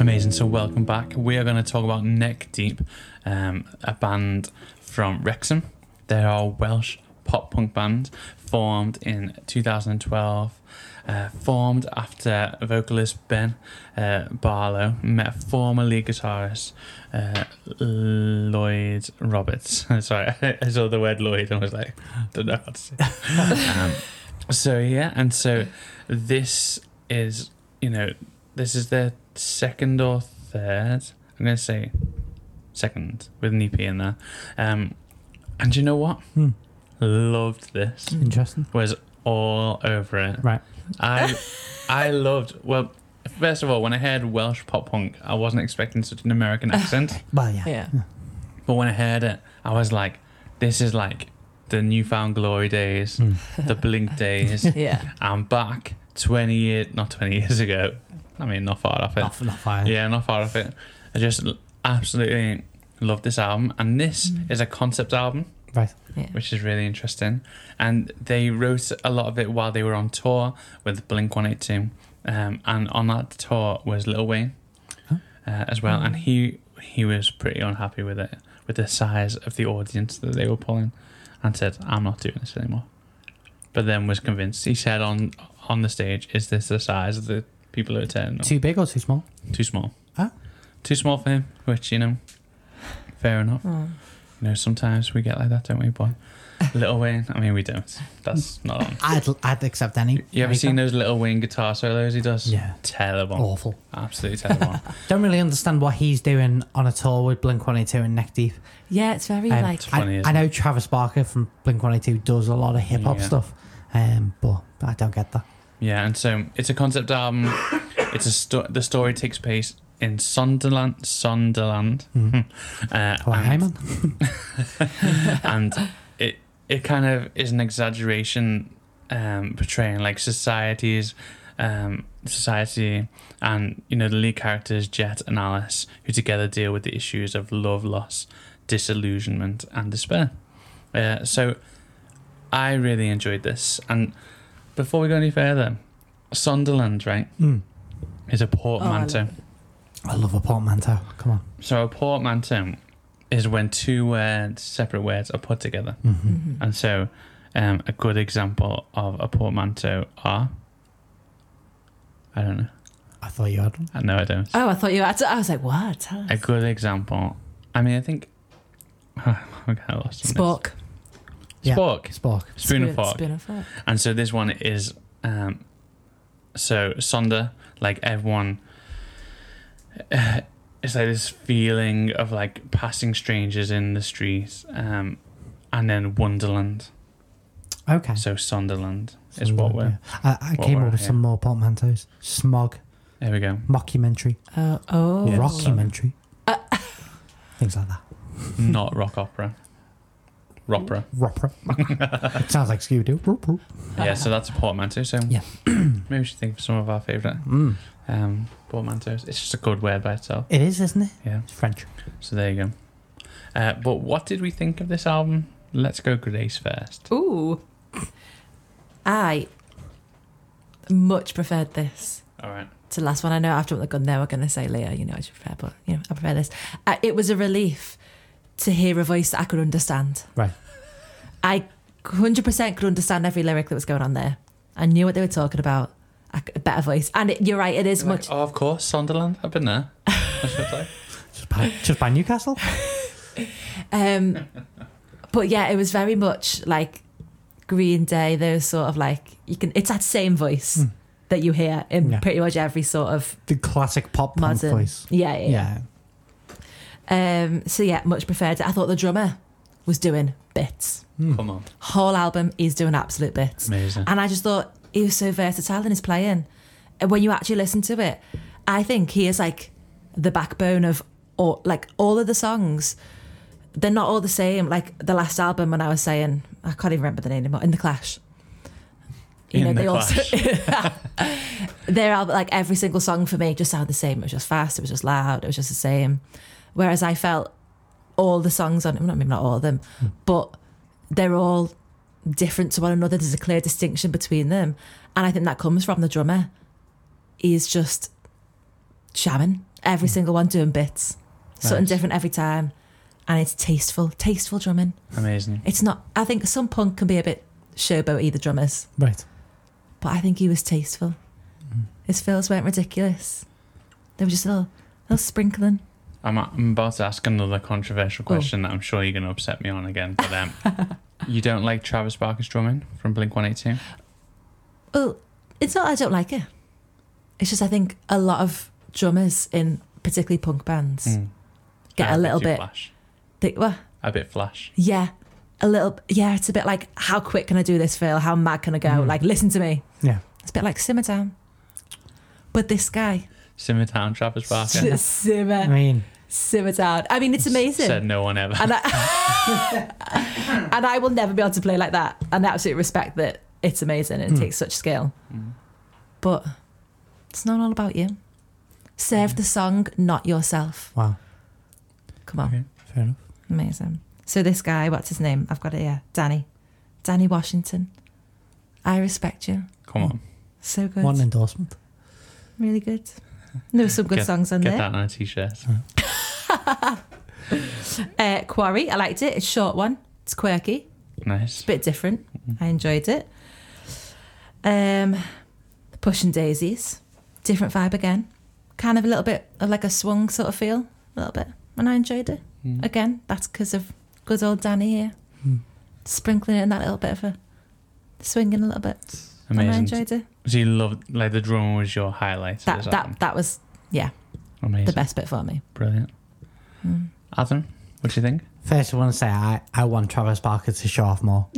Speaker 1: Amazing. So, welcome back. We are going to talk about Neck Deep, um, a band from Wrexham. They are a Welsh pop punk band formed in 2012. Uh, formed after vocalist Ben uh, Barlow met former lead guitarist uh, Lloyd Roberts. Sorry, I saw the word Lloyd and was like, don't know how to say it. um, so, yeah, and so this is, you know, this is their second or third. I'm gonna say second with an EP in there. Um, and do you know what?
Speaker 2: Hmm.
Speaker 1: Loved this.
Speaker 2: Interesting.
Speaker 1: Was all over it.
Speaker 2: Right.
Speaker 1: I I loved. Well, first of all, when I heard Welsh pop punk, I wasn't expecting such an American accent.
Speaker 2: Well, yeah.
Speaker 3: yeah,
Speaker 1: But when I heard it, I was like, this is like the newfound glory days,
Speaker 2: Hmm.
Speaker 1: the blink days.
Speaker 3: yeah.
Speaker 1: I'm back 20 years, not 20 years ago. I mean, not far off it.
Speaker 2: Not, not fire.
Speaker 1: Yeah, not far off it. I just l- absolutely love this album, and this is a concept album,
Speaker 2: Right.
Speaker 3: Yeah.
Speaker 1: which is really interesting. And they wrote a lot of it while they were on tour with Blink One Eight Two, um, and on that tour was Lil Wayne
Speaker 2: Huh. Oh.
Speaker 1: uh, as well, and he he was pretty unhappy with it, with the size of the audience that they were pulling, and said, "I'm not doing this anymore." But then was convinced. He said on on the stage, "Is this the size of the people who are turning up?"
Speaker 2: Too big or too small?
Speaker 1: Too small.
Speaker 2: Huh?
Speaker 1: Too small for him, which, you know, fair enough.
Speaker 3: Oh.
Speaker 1: You know, sometimes we get like that, don't we? But Little Wayne, I mean, we don't. That's not on.
Speaker 2: I'd I'd accept any.
Speaker 1: You ever
Speaker 2: breakup.
Speaker 1: seen those Little Wayne guitar solos he does?
Speaker 2: Yeah. Oh.
Speaker 1: Terrible.
Speaker 2: Awful.
Speaker 1: Absolutely terrible.
Speaker 2: Don't really understand what he's doing on a tour with Blink 182 and Neck Deep.
Speaker 3: Yeah, it's very
Speaker 2: Um,
Speaker 3: like
Speaker 1: It's
Speaker 2: I,
Speaker 1: funny, isn't
Speaker 2: I know Travis Barker from Blink 182 does a lot of hip hop
Speaker 1: Yeah.
Speaker 2: stuff, um, but I don't get that.
Speaker 1: Yeah, and so it's a concept album. It's a sto- the story takes place in Sunderland, Sunderland, uh,
Speaker 2: Oh, Mm. hey,
Speaker 1: and,
Speaker 2: man.
Speaker 1: and it it kind of is an exaggeration um, portraying like society's um, society, and you know the lead characters Jet and Alice, who together deal with the issues of love, loss, disillusionment, and despair. Uh, so I really enjoyed this, and before we go any further, Sunderland, right?
Speaker 2: Mm.
Speaker 1: is a
Speaker 3: Oh, I love
Speaker 1: portmanteau.
Speaker 3: it.
Speaker 2: I love a portmanteau. Come on.
Speaker 1: so a portmanteau is when two words, separate words, are put together.
Speaker 2: hmm
Speaker 3: Mhm.
Speaker 1: And so, um, a good example of a portmanteau are. I don't know.
Speaker 2: I thought you had one.
Speaker 1: I know I don't.
Speaker 3: Oh, I thought you. Were, I was like, what? Tell us.
Speaker 1: A good example. I mean, I think. I'm kind of lost. on this.
Speaker 3: Spork.
Speaker 2: Yeah.
Speaker 1: Spork.
Speaker 2: Spark.
Speaker 1: Spoon and fork.
Speaker 3: Spoon and fork.
Speaker 1: And so this one is um, so Sonder, like everyone. Uh, it's like this feeling of like passing strangers in the streets, um, and then Wonderland.
Speaker 2: Okay.
Speaker 1: So Sunderland is what we're.
Speaker 2: I, I
Speaker 1: what
Speaker 2: came
Speaker 1: we're
Speaker 2: up with
Speaker 1: at,
Speaker 2: some more portmanteaus. Smog,
Speaker 1: There we go.
Speaker 2: mockumentary,
Speaker 3: Oh, oh. Uh.
Speaker 1: Yeah,
Speaker 2: rockumentary, things like that.
Speaker 1: Not rock opera. Ropera.
Speaker 2: Ropper. it sounds like Scooby Doo. Roop, roop.
Speaker 3: Ah.
Speaker 1: Yeah. So that's a portmanteau. So
Speaker 2: Yeah.
Speaker 1: maybe we should think of some of our favorite
Speaker 2: Mm.
Speaker 1: um, portmanteaus. It's just a good word by itself.
Speaker 2: It is, isn't it?
Speaker 1: Yeah.
Speaker 2: It's French.
Speaker 1: So there you go. Uh, but what did we think of this album? Let's go Grace first.
Speaker 3: Ooh. I much preferred this
Speaker 1: All right.
Speaker 3: to the last one. I know after what the gun there we're going to say later, you know, I should prepare, but, you know, I prefer this. Uh, it was a relief to hear a voice that I could understand.
Speaker 2: Right.
Speaker 3: I 100% could understand every lyric that was going on there. I knew what they were talking about. I c- A better voice. And it, you're right, it is much.
Speaker 1: Oh, of course, Sunderland. I've been there. That's what I say.
Speaker 2: Just by, just by Newcastle.
Speaker 3: Um, but yeah, it was very much like Green Day. Those sort of like you can. It's that same voice
Speaker 2: Mm.
Speaker 3: that you hear in
Speaker 2: Yeah.
Speaker 3: pretty much every sort of
Speaker 2: The classic pop punk
Speaker 3: modern.
Speaker 2: voice.
Speaker 3: Yeah, yeah.
Speaker 2: Yeah.
Speaker 3: yeah. Um, so yeah, much preferred. it. I thought the drummer was doing bits.
Speaker 2: Mm.
Speaker 1: Come on.
Speaker 3: Whole album, he's doing absolute bits.
Speaker 1: Amazing.
Speaker 3: And I just thought he was so versatile in his playing. And when you actually listen to it, I think he is like the backbone of all, like all of the songs. They're not all the same. Like the last album, when I was saying, I can't even remember the name anymore. In the Clash,
Speaker 1: In The
Speaker 3: also their album, like every single song for me, just sounded the same. It was just fast. It was just loud. It was just the same. Whereas I felt all the songs on, not maybe not all of them,
Speaker 1: Hmm.
Speaker 3: but they're all different to one another. There's a clear distinction between them. And I think that comes from the drummer. He's just shamming every single one, doing bits, something
Speaker 1: Nice.
Speaker 3: different every time. And it's tasteful, tasteful drumming.
Speaker 1: Amazing.
Speaker 3: It's not, I think some punk can be a bit showboaty, the drummers,
Speaker 2: Right.
Speaker 3: but I think he was tasteful. His fills weren't ridiculous. They were just a little, little sprinkling.
Speaker 1: I'm, I'm about to ask another
Speaker 3: Oh.
Speaker 1: controversial question that I'm sure you're going to upset me on again. But um, you don't like Travis Barker's drumming from Blink 182?
Speaker 3: Well, it's not that I don't like it. It's just I think a lot of drummers in particularly punk bands
Speaker 1: Hmm.
Speaker 3: get
Speaker 1: Ah,
Speaker 3: a little
Speaker 1: too
Speaker 3: bit.
Speaker 1: Flash.
Speaker 3: They, well,
Speaker 1: A bit flash.
Speaker 3: yeah, a little. Yeah, it's a bit like how quick can I do this, Phil? How mad can I go?
Speaker 2: Mm.
Speaker 3: Like, listen to me.
Speaker 2: Yeah.
Speaker 3: It's a bit like simmer down. But this guy,
Speaker 1: Simmer down, Travis Barker.
Speaker 3: just
Speaker 2: I
Speaker 3: simmer,
Speaker 2: mean,
Speaker 3: simmer down. I mean, it's amazing.
Speaker 1: Said no one ever.
Speaker 3: and I and I will never be able to play like that. And I absolutely respect that it's amazing and it
Speaker 2: Mm.
Speaker 3: takes such skill.
Speaker 1: Mm.
Speaker 3: But it's not all about you. Serve the song, not yourself.
Speaker 2: wow.
Speaker 3: Come on,
Speaker 1: Okay.
Speaker 2: Fair enough.
Speaker 3: amazing. So this guy, what's his name? I've got it here. Danny, Danny Washington. I respect you.
Speaker 1: Come on.
Speaker 3: So good,
Speaker 2: One endorsement.
Speaker 3: really good. No, some good songs on
Speaker 1: Get
Speaker 3: there.
Speaker 1: that on a t shirt.
Speaker 3: Uh, Quarry, I liked it. It's a short one. It's quirky.
Speaker 1: Nice.
Speaker 3: bit different.
Speaker 1: Mm-hmm.
Speaker 3: I enjoyed it. Um, Pushing Daisies, different vibe again. Kind of a little bit of like a swung sort of feel, a little bit, and I enjoyed it.
Speaker 1: Mm.
Speaker 3: Again, that's because of Good old Danny here,
Speaker 2: Hmm.
Speaker 3: sprinkling in that little bit of a swinging a little bit. And I
Speaker 1: Amazing.
Speaker 3: enjoyed it.
Speaker 1: So you loved like the drama was your highlight. of
Speaker 3: That
Speaker 1: this album.
Speaker 3: that that was
Speaker 1: amazing,
Speaker 3: the best bit for me.
Speaker 1: brilliant.
Speaker 3: Mm.
Speaker 1: Adam, what do you think?
Speaker 2: First, I want to say I, I want Travis Barker to show off more.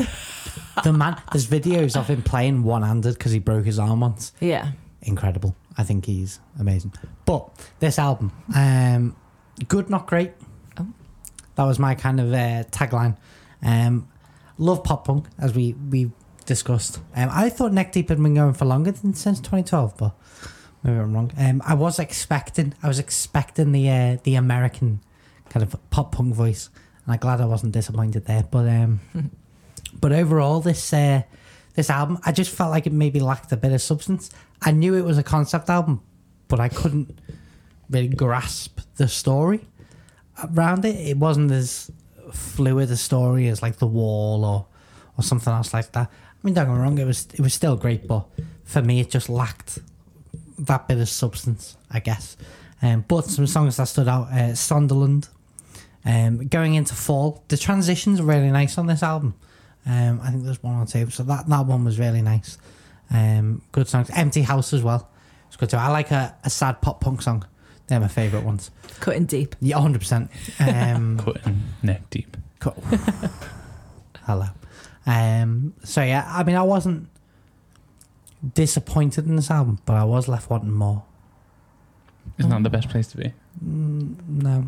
Speaker 2: the man, there's videos of him playing one handed because he broke his arm once.
Speaker 3: Yeah,
Speaker 2: Incredible. I think he's amazing. But this album, um, good, not great.
Speaker 3: Oh.
Speaker 2: That was my kind of uh, tagline. Um, love pop punk, as we we discussed. Um, I thought Neck Deep had been going for longer than since 2012, but maybe I'm wrong. Um, I was expecting, I was expecting the uh, the American kind of pop punk voice, and I'm glad I wasn't disappointed there. But um, but overall, this uh, this album, I just felt like it maybe lacked a bit of substance. I knew it was a concept album, but I couldn't really grasp the story around it. It wasn't as fluid a story as like The Wall or or something else like that. I mean, don't get me wrong, it was it was still great, but for me, it just lacked that bit of substance, I guess. Um, but some songs that stood out, uh, Sunderland. Um, going into fall, the transitions are really nice on this album. Um, I think there's one or two, so that, that one was really nice. Um, good songs, Empty House as well. It's good too. I like a, a sad pop punk song. They're my favourite ones.
Speaker 3: cutting deep.
Speaker 2: Yeah, hundred percent. Um,
Speaker 1: Cutting neck deep.
Speaker 2: Cool. Hello. Um, so yeah, I mean, I wasn't disappointed in this album, but I was left wanting more.
Speaker 1: Isn't
Speaker 3: Oh.
Speaker 1: that the best place to be?
Speaker 2: Mm, no,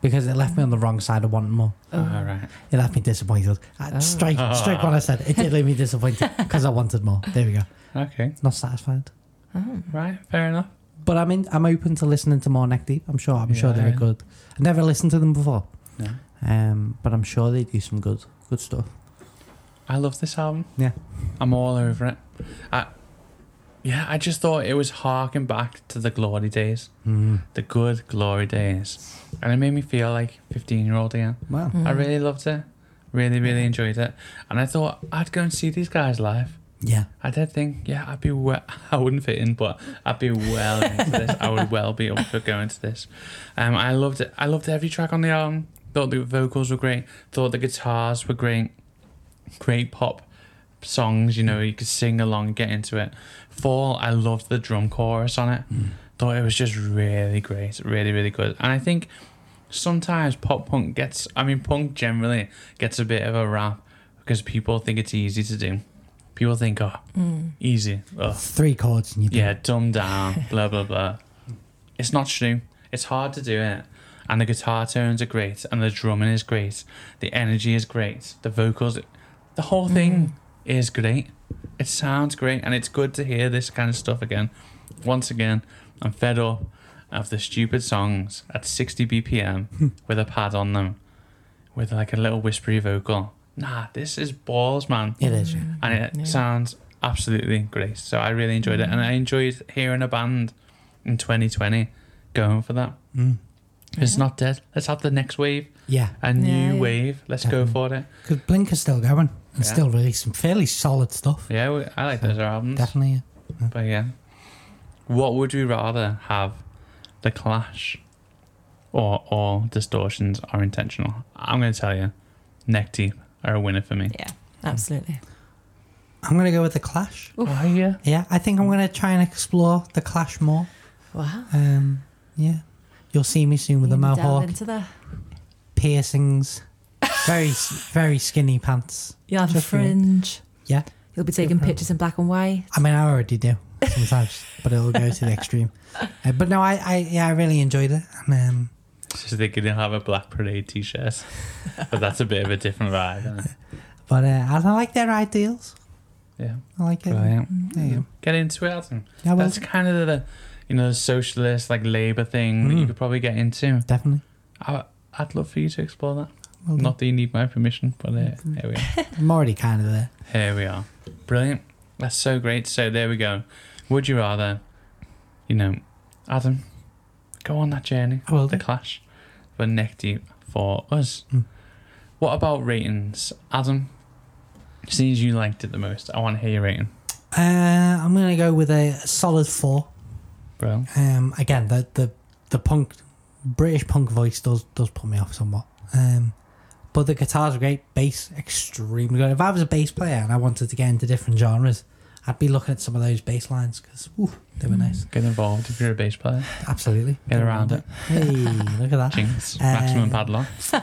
Speaker 2: because it left me on the wrong side of wanting more.
Speaker 1: All
Speaker 3: Mm.
Speaker 1: right.
Speaker 2: It left me disappointed. Uh,
Speaker 3: Oh.
Speaker 2: Strike, strike what I said. It did leave me disappointed because I wanted more. There we go.
Speaker 1: Okay.
Speaker 2: Not satisfied.
Speaker 3: Oh.
Speaker 1: Right. Fair enough.
Speaker 2: But I mean, I'm open to listening to more Neck Deep. I'm sure. I'm sure they're
Speaker 1: Yeah.
Speaker 2: good. I never listened to them before,
Speaker 1: No.
Speaker 2: um, but I'm sure they do some good, good stuff.
Speaker 1: I love this album.
Speaker 2: Yeah.
Speaker 1: I'm all over it. I, yeah, I just thought it was harking back to the glory days,
Speaker 2: Mm.
Speaker 1: the good glory days. And it made me feel like 15 year old again.
Speaker 2: Wow.
Speaker 1: I
Speaker 3: Mm.
Speaker 1: really loved it. Really, really enjoyed it. And I thought I'd go and see these guys live.
Speaker 2: Yeah.
Speaker 1: I did think, yeah, I'd be well, I wouldn't fit in, but I'd be well into this. I would well be up for going to this. Um, I loved it. I loved every track on the album. Thought the vocals were great. Thought the guitars were great. Great pop songs. You know, you could sing along, and get into it. Fall. I loved the drum chorus on it. Thought it was just really great, really, really good. And I think sometimes pop punk gets. I mean, punk generally gets a bit of a rap because people think it's easy to do. People think, oh,
Speaker 3: Mm.
Speaker 1: easy. Oh,
Speaker 2: Three chords and you do
Speaker 1: yeah, dumb down, blah blah blah. It's not true. It's hard to do it. And the guitar tones are great, and the drumming is great, the energy is great, the vocals, the whole thing is great. It sounds great, and it's good to hear this kind of stuff again. Once again, I'm fed up of the stupid songs at 60 BPM with a pad on them, with like a little whispery vocal. Nah, this is balls, man
Speaker 2: It is.
Speaker 1: and it
Speaker 3: Mm. Yeah. Mm.
Speaker 1: sounds absolutely great. So I really enjoyed it, and I enjoyed hearing a band in 2020 going for that.
Speaker 2: Mm.
Speaker 1: It's not dead. Let's have the next wave,
Speaker 2: Yeah,
Speaker 1: a new
Speaker 3: Yeah, yeah.
Speaker 1: wave. Let's go for it.
Speaker 2: because Blink is still going and
Speaker 1: Yeah.
Speaker 2: still releasing fairly solid stuff.
Speaker 1: Yeah, we, I like those albums.
Speaker 2: Definitely.
Speaker 1: But yeah, what would we rather have, the Clash, or all distortions are intentional? I'm going to tell you, Neck Deep are a winner for me.
Speaker 3: Yeah, absolutely.
Speaker 2: I'm gonna go with the Clash.
Speaker 1: Oh yeah,
Speaker 2: Yeah, I think I'm gonna try and explore the Clash more.
Speaker 3: Wow.
Speaker 2: Um, yeah, you'll see me soon with the
Speaker 3: You delve
Speaker 2: mohawk,
Speaker 3: into the
Speaker 2: piercings, very very skinny pants.
Speaker 3: you'll have a
Speaker 2: Just a minute.
Speaker 3: fringe.
Speaker 2: Yeah,
Speaker 3: You'll be taking
Speaker 2: problem.
Speaker 3: pictures in black and white.
Speaker 2: I mean I already do sometimes, but it'll go to the extreme. Uh, but no, I, I yeah I really enjoyed it. And, um,
Speaker 1: just thinking they'll have a Black Parade t-shirt, but that's a bit of a different vibe. isn't it?
Speaker 2: but uh, and I like their ideals.
Speaker 1: Yeah.
Speaker 2: I like it.
Speaker 1: Brilliant.
Speaker 2: There you go.
Speaker 1: Mm-hmm. Get into it, Adam.
Speaker 2: Yeah, well,
Speaker 1: That's kind of the, you know, socialist like Labour thing that you
Speaker 2: Mm.
Speaker 1: could probably get into.
Speaker 2: definitely.
Speaker 1: I, I'd love for you to explore that.
Speaker 2: Well done.
Speaker 1: Not that you need my permission, but uh,
Speaker 2: Mm-hmm.
Speaker 1: here we are.
Speaker 2: I'm already kind of there.
Speaker 1: Here we are. Brilliant. That's so great. So there we go. Would you rather, you know, Adam, go on that journey?
Speaker 2: I will
Speaker 1: The
Speaker 2: do.
Speaker 1: Clash, for neck deep for us.
Speaker 2: Mm.
Speaker 1: What about ratings, Adam? Seeing as you liked it the most, I want to hear your rating,
Speaker 2: Uh, I'm gonna go with a solid four.
Speaker 1: bro.
Speaker 2: Um, again, the the the punk British punk voice does does put me off somewhat. Um, But the guitars are great, bass extremely good. If I was a bass player and I wanted to get into different genres, I'd be looking at some of those bass lines because they were nice.
Speaker 1: Get involved if you're a bass player.
Speaker 2: Absolutely,
Speaker 1: Mm. Get around it.
Speaker 2: Hey, look at that.
Speaker 1: Jinx.
Speaker 2: Uh,
Speaker 1: Maximum padlock.
Speaker 2: There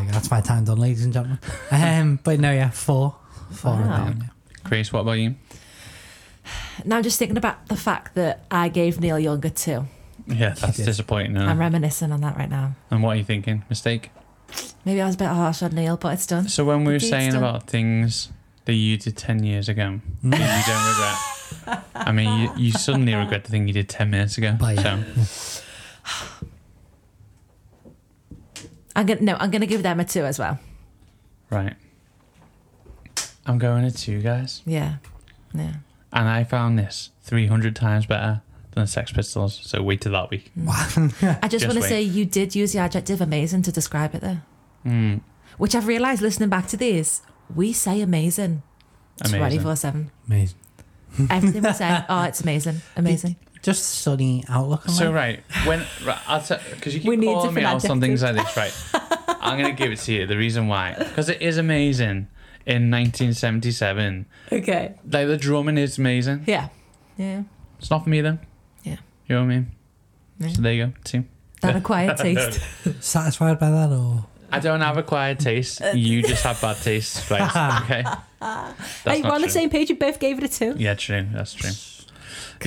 Speaker 2: you go. That's my time done, ladies and gentlemen. Um, but no, yeah, four, four. and
Speaker 3: Wow.
Speaker 2: down, yeah.
Speaker 1: Chris, what about you?
Speaker 3: Now I'm just thinking about the fact that I gave Neil Young a two.
Speaker 1: Yeah, that's
Speaker 2: did.
Speaker 1: disappointing. isn't it?
Speaker 3: I'm reminiscing on that right now.
Speaker 1: and what are you thinking? Mistake?
Speaker 3: Maybe I was a bit harsh on Neil, but it's done.
Speaker 1: So when we were
Speaker 3: Indeed,
Speaker 1: saying
Speaker 3: done.
Speaker 1: about things that you did 10 years ago, that you don't regret. I mean, you, you suddenly regret the thing you did 10 minutes ago.
Speaker 2: But
Speaker 1: So
Speaker 2: yeah.
Speaker 3: I'm gonna no, I'm gonna give them a two as well.
Speaker 1: Right. I'm going at two, guys.
Speaker 3: Yeah, yeah.
Speaker 1: And I found this 300 times better than the Sex Pistols. So wait till that week.
Speaker 3: I just,
Speaker 1: Just
Speaker 3: want to
Speaker 1: wait.
Speaker 3: say you did use the adjective amazing to describe it there,
Speaker 1: Mm,
Speaker 3: which I've realised listening back to these, we say amazing twenty
Speaker 1: amazing.
Speaker 3: four seven.
Speaker 2: Amazing.
Speaker 3: Everything we say, oh, it's amazing, amazing.
Speaker 2: Just sunny outlook. On
Speaker 1: So
Speaker 2: so,
Speaker 1: right, when right, I'll because you
Speaker 3: We
Speaker 1: keep
Speaker 3: need
Speaker 1: calling me
Speaker 3: different
Speaker 1: out on things like this, right? I'm gonna give it to you. The reason why, because it is amazing. In 1977,
Speaker 3: Okay.
Speaker 1: like the drumming is amazing.
Speaker 3: Yeah, yeah.
Speaker 1: It's not for me though.
Speaker 3: Yeah.
Speaker 1: You know what I mean?
Speaker 3: Yeah.
Speaker 1: So there you go. Two.
Speaker 3: That acquired taste.
Speaker 2: satisfied by that, or
Speaker 1: I don't have acquired taste. You just have bad taste, right? Okay.
Speaker 3: Are
Speaker 1: That's
Speaker 3: you
Speaker 1: not
Speaker 3: on the
Speaker 1: true.
Speaker 3: same page? You both gave it a two.
Speaker 1: Yeah, true. That's true.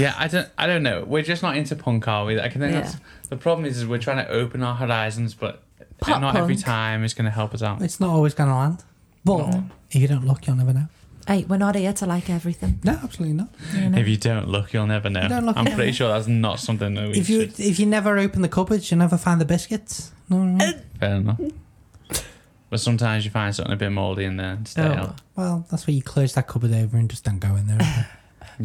Speaker 1: Yeah, I don't. I don't know. We're just not into punk, are we? Like, I think
Speaker 3: Yeah.
Speaker 1: that's the problem. Is, is we're trying to open our horizons, but
Speaker 3: Pop
Speaker 1: not every
Speaker 3: punk.
Speaker 1: time is going to help us out.
Speaker 2: it's not always going to land. But if you don't look, you'll never know.
Speaker 3: Hey, we're not here to like everything.
Speaker 2: No, absolutely not.
Speaker 3: You know?
Speaker 1: If you don't look, you'll never know.
Speaker 2: don't look,
Speaker 1: I'm
Speaker 2: you'll
Speaker 1: pretty
Speaker 2: never
Speaker 1: sure that's not something that we
Speaker 2: If you
Speaker 1: should.
Speaker 2: if you never open the cupboards, you'll never find the biscuits. No,
Speaker 3: Uh,
Speaker 1: Fair enough. but sometimes you find something a bit mouldy in there and stay
Speaker 2: Oh.
Speaker 1: out.
Speaker 2: Well, that's where you close that cupboard over and just don't go in there. okay?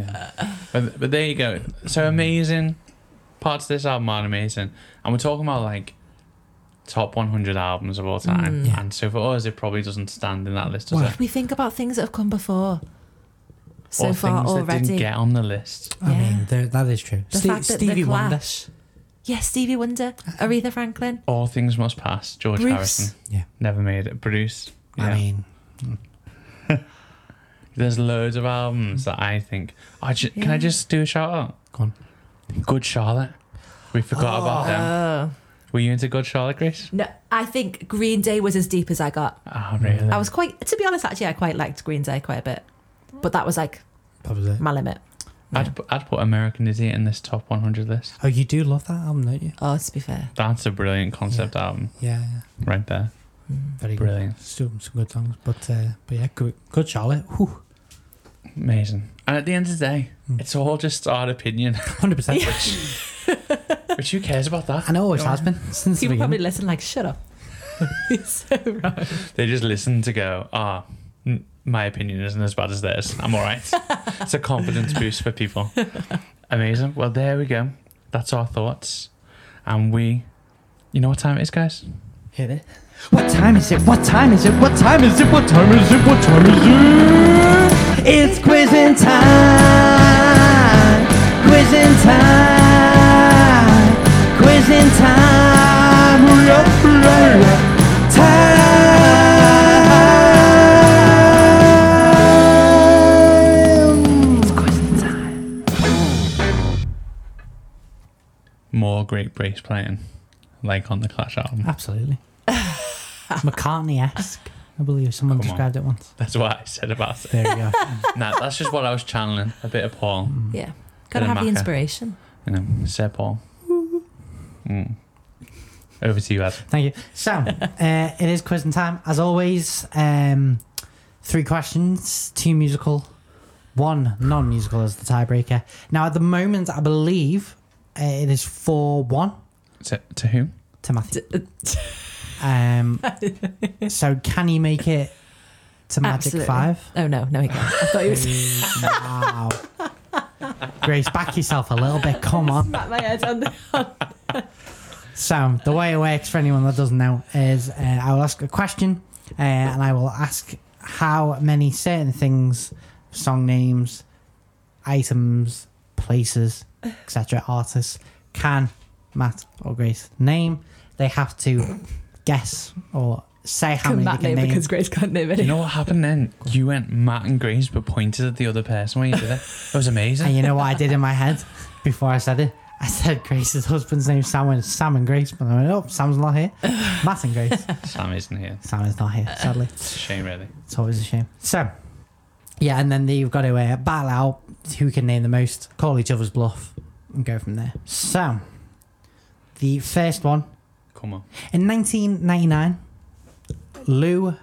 Speaker 1: Yeah. But, but there you go. So amazing. Parts of this album are amazing. And we're talking about like top 100 albums of all time.
Speaker 2: Mm. Yeah.
Speaker 1: And so for us, it probably doesn't stand in that list, does
Speaker 2: Well,
Speaker 1: it?
Speaker 3: we think about things that have come before, so
Speaker 1: or
Speaker 3: far
Speaker 1: things that
Speaker 3: already.
Speaker 1: didn't get on the list.
Speaker 2: I
Speaker 3: Yeah.
Speaker 2: mean, there, that is true.
Speaker 3: The
Speaker 2: Ste-
Speaker 3: fact that the
Speaker 2: Stevie Wonder.
Speaker 3: Clash- yeah, Stevie Wonder, Aretha Franklin.
Speaker 1: All things must pass. George
Speaker 3: Bruce.
Speaker 1: Harrison.
Speaker 2: Yeah.
Speaker 1: Never made it. Bruce. Yeah.
Speaker 2: I mean,
Speaker 1: There's loads of albums that I think. I ju- Can I
Speaker 3: Yeah.
Speaker 1: just do a shout out?
Speaker 2: go on.
Speaker 1: Good Charlotte. We forgot about them.
Speaker 3: Oh.
Speaker 1: Were you into Good Charlotte, Grace?
Speaker 3: No, I think Green Day was as deep as I got.
Speaker 1: Oh, really?
Speaker 3: I was quite, to be honest, actually, I quite liked Green Day quite a bit. But that was like
Speaker 2: That was it.
Speaker 3: my limit.
Speaker 1: I'd, pu- I'd put American Idiot in this top 100 list.
Speaker 2: Oh, you do love that album, don't you?
Speaker 3: Oh, to be fair.
Speaker 1: That's a brilliant concept album
Speaker 2: Yeah, yeah.
Speaker 1: right there.
Speaker 3: Mm.
Speaker 2: Very good.
Speaker 1: Brilliant.
Speaker 2: Still some good songs, but uh, but yeah, good, good Charlotte. Whew,
Speaker 1: Amazing. And at the end of the day,
Speaker 2: Hmm.
Speaker 1: it's all just our opinion.
Speaker 2: 100%.
Speaker 1: Which who cares about that?
Speaker 2: And it always has been since the
Speaker 3: People probably
Speaker 2: beginning.
Speaker 3: listen like, shut up. He's so right.
Speaker 1: They just listen to go, ah, n- my opinion isn't as bad as theirs. I'm all right. it's a confidence boost for people. Amazing. Well, there we go. That's our thoughts. And we, you know what time it is, guys?
Speaker 2: Hit it.
Speaker 4: What time is it? What time is it? What time is it? What time is it? What time is it? It's quizzing time. Quizzing time. Quizzing time. La, la, la. Time. It's quizzing time.
Speaker 1: More great bass playing, like on the Clash album.
Speaker 2: Absolutely. McCartney esque. I believe someone
Speaker 1: Come on.
Speaker 2: described it once.
Speaker 1: That's what I said about it.
Speaker 2: There you go.
Speaker 1: nah, that's just what I was channeling. A bit of Paul.
Speaker 2: Mm.
Speaker 3: Yeah.
Speaker 1: Bit
Speaker 3: Gotta
Speaker 1: of
Speaker 3: have the
Speaker 1: maca.
Speaker 3: inspiration.
Speaker 1: You know, Sir Paul. Mm. Over to you, Ad.
Speaker 2: Thank you. So, uh, it is quizzing time. As always, um, three questions, two musical, one non musical as the tiebreaker. Now, at the moment, I believe uh, it is 4 1
Speaker 1: To, to whom?
Speaker 2: to Matthew.
Speaker 3: uh,
Speaker 2: Um, so, can you make it to Magic
Speaker 3: Absolutely.
Speaker 2: 5?
Speaker 3: Oh, no, no, he can't. I thought he was
Speaker 2: Wow. Grace, back yourself a little bit. Come on.
Speaker 3: smack my head on the.
Speaker 2: So the way it works for anyone that doesn't know is uh, I will ask a question uh, and I will ask how many certain things, song names, items, places, etc., artists can Matt or Grace name. They have to guess or say how many
Speaker 3: Can Matt
Speaker 2: you can
Speaker 3: name
Speaker 2: name.
Speaker 3: because Grace can't name
Speaker 1: You
Speaker 3: any.
Speaker 1: know what happened then? You went Matt and Grace, but pointed at the other person when you did it. It was amazing.
Speaker 2: And you know what I did in my head before I said it? I said Grace's husband's name Sam and Sam and Grace, but I went, oh, Sam's not here. Matt and Grace.
Speaker 1: Sam isn't here.
Speaker 2: Sam is not here, sadly.
Speaker 1: It's a shame, really.
Speaker 2: It's always a shame. So, yeah, and then you've got to uh, battle out who can name the most, call each other's bluff, and go from there. So, the first one
Speaker 1: Come on.
Speaker 2: in 1999, Lou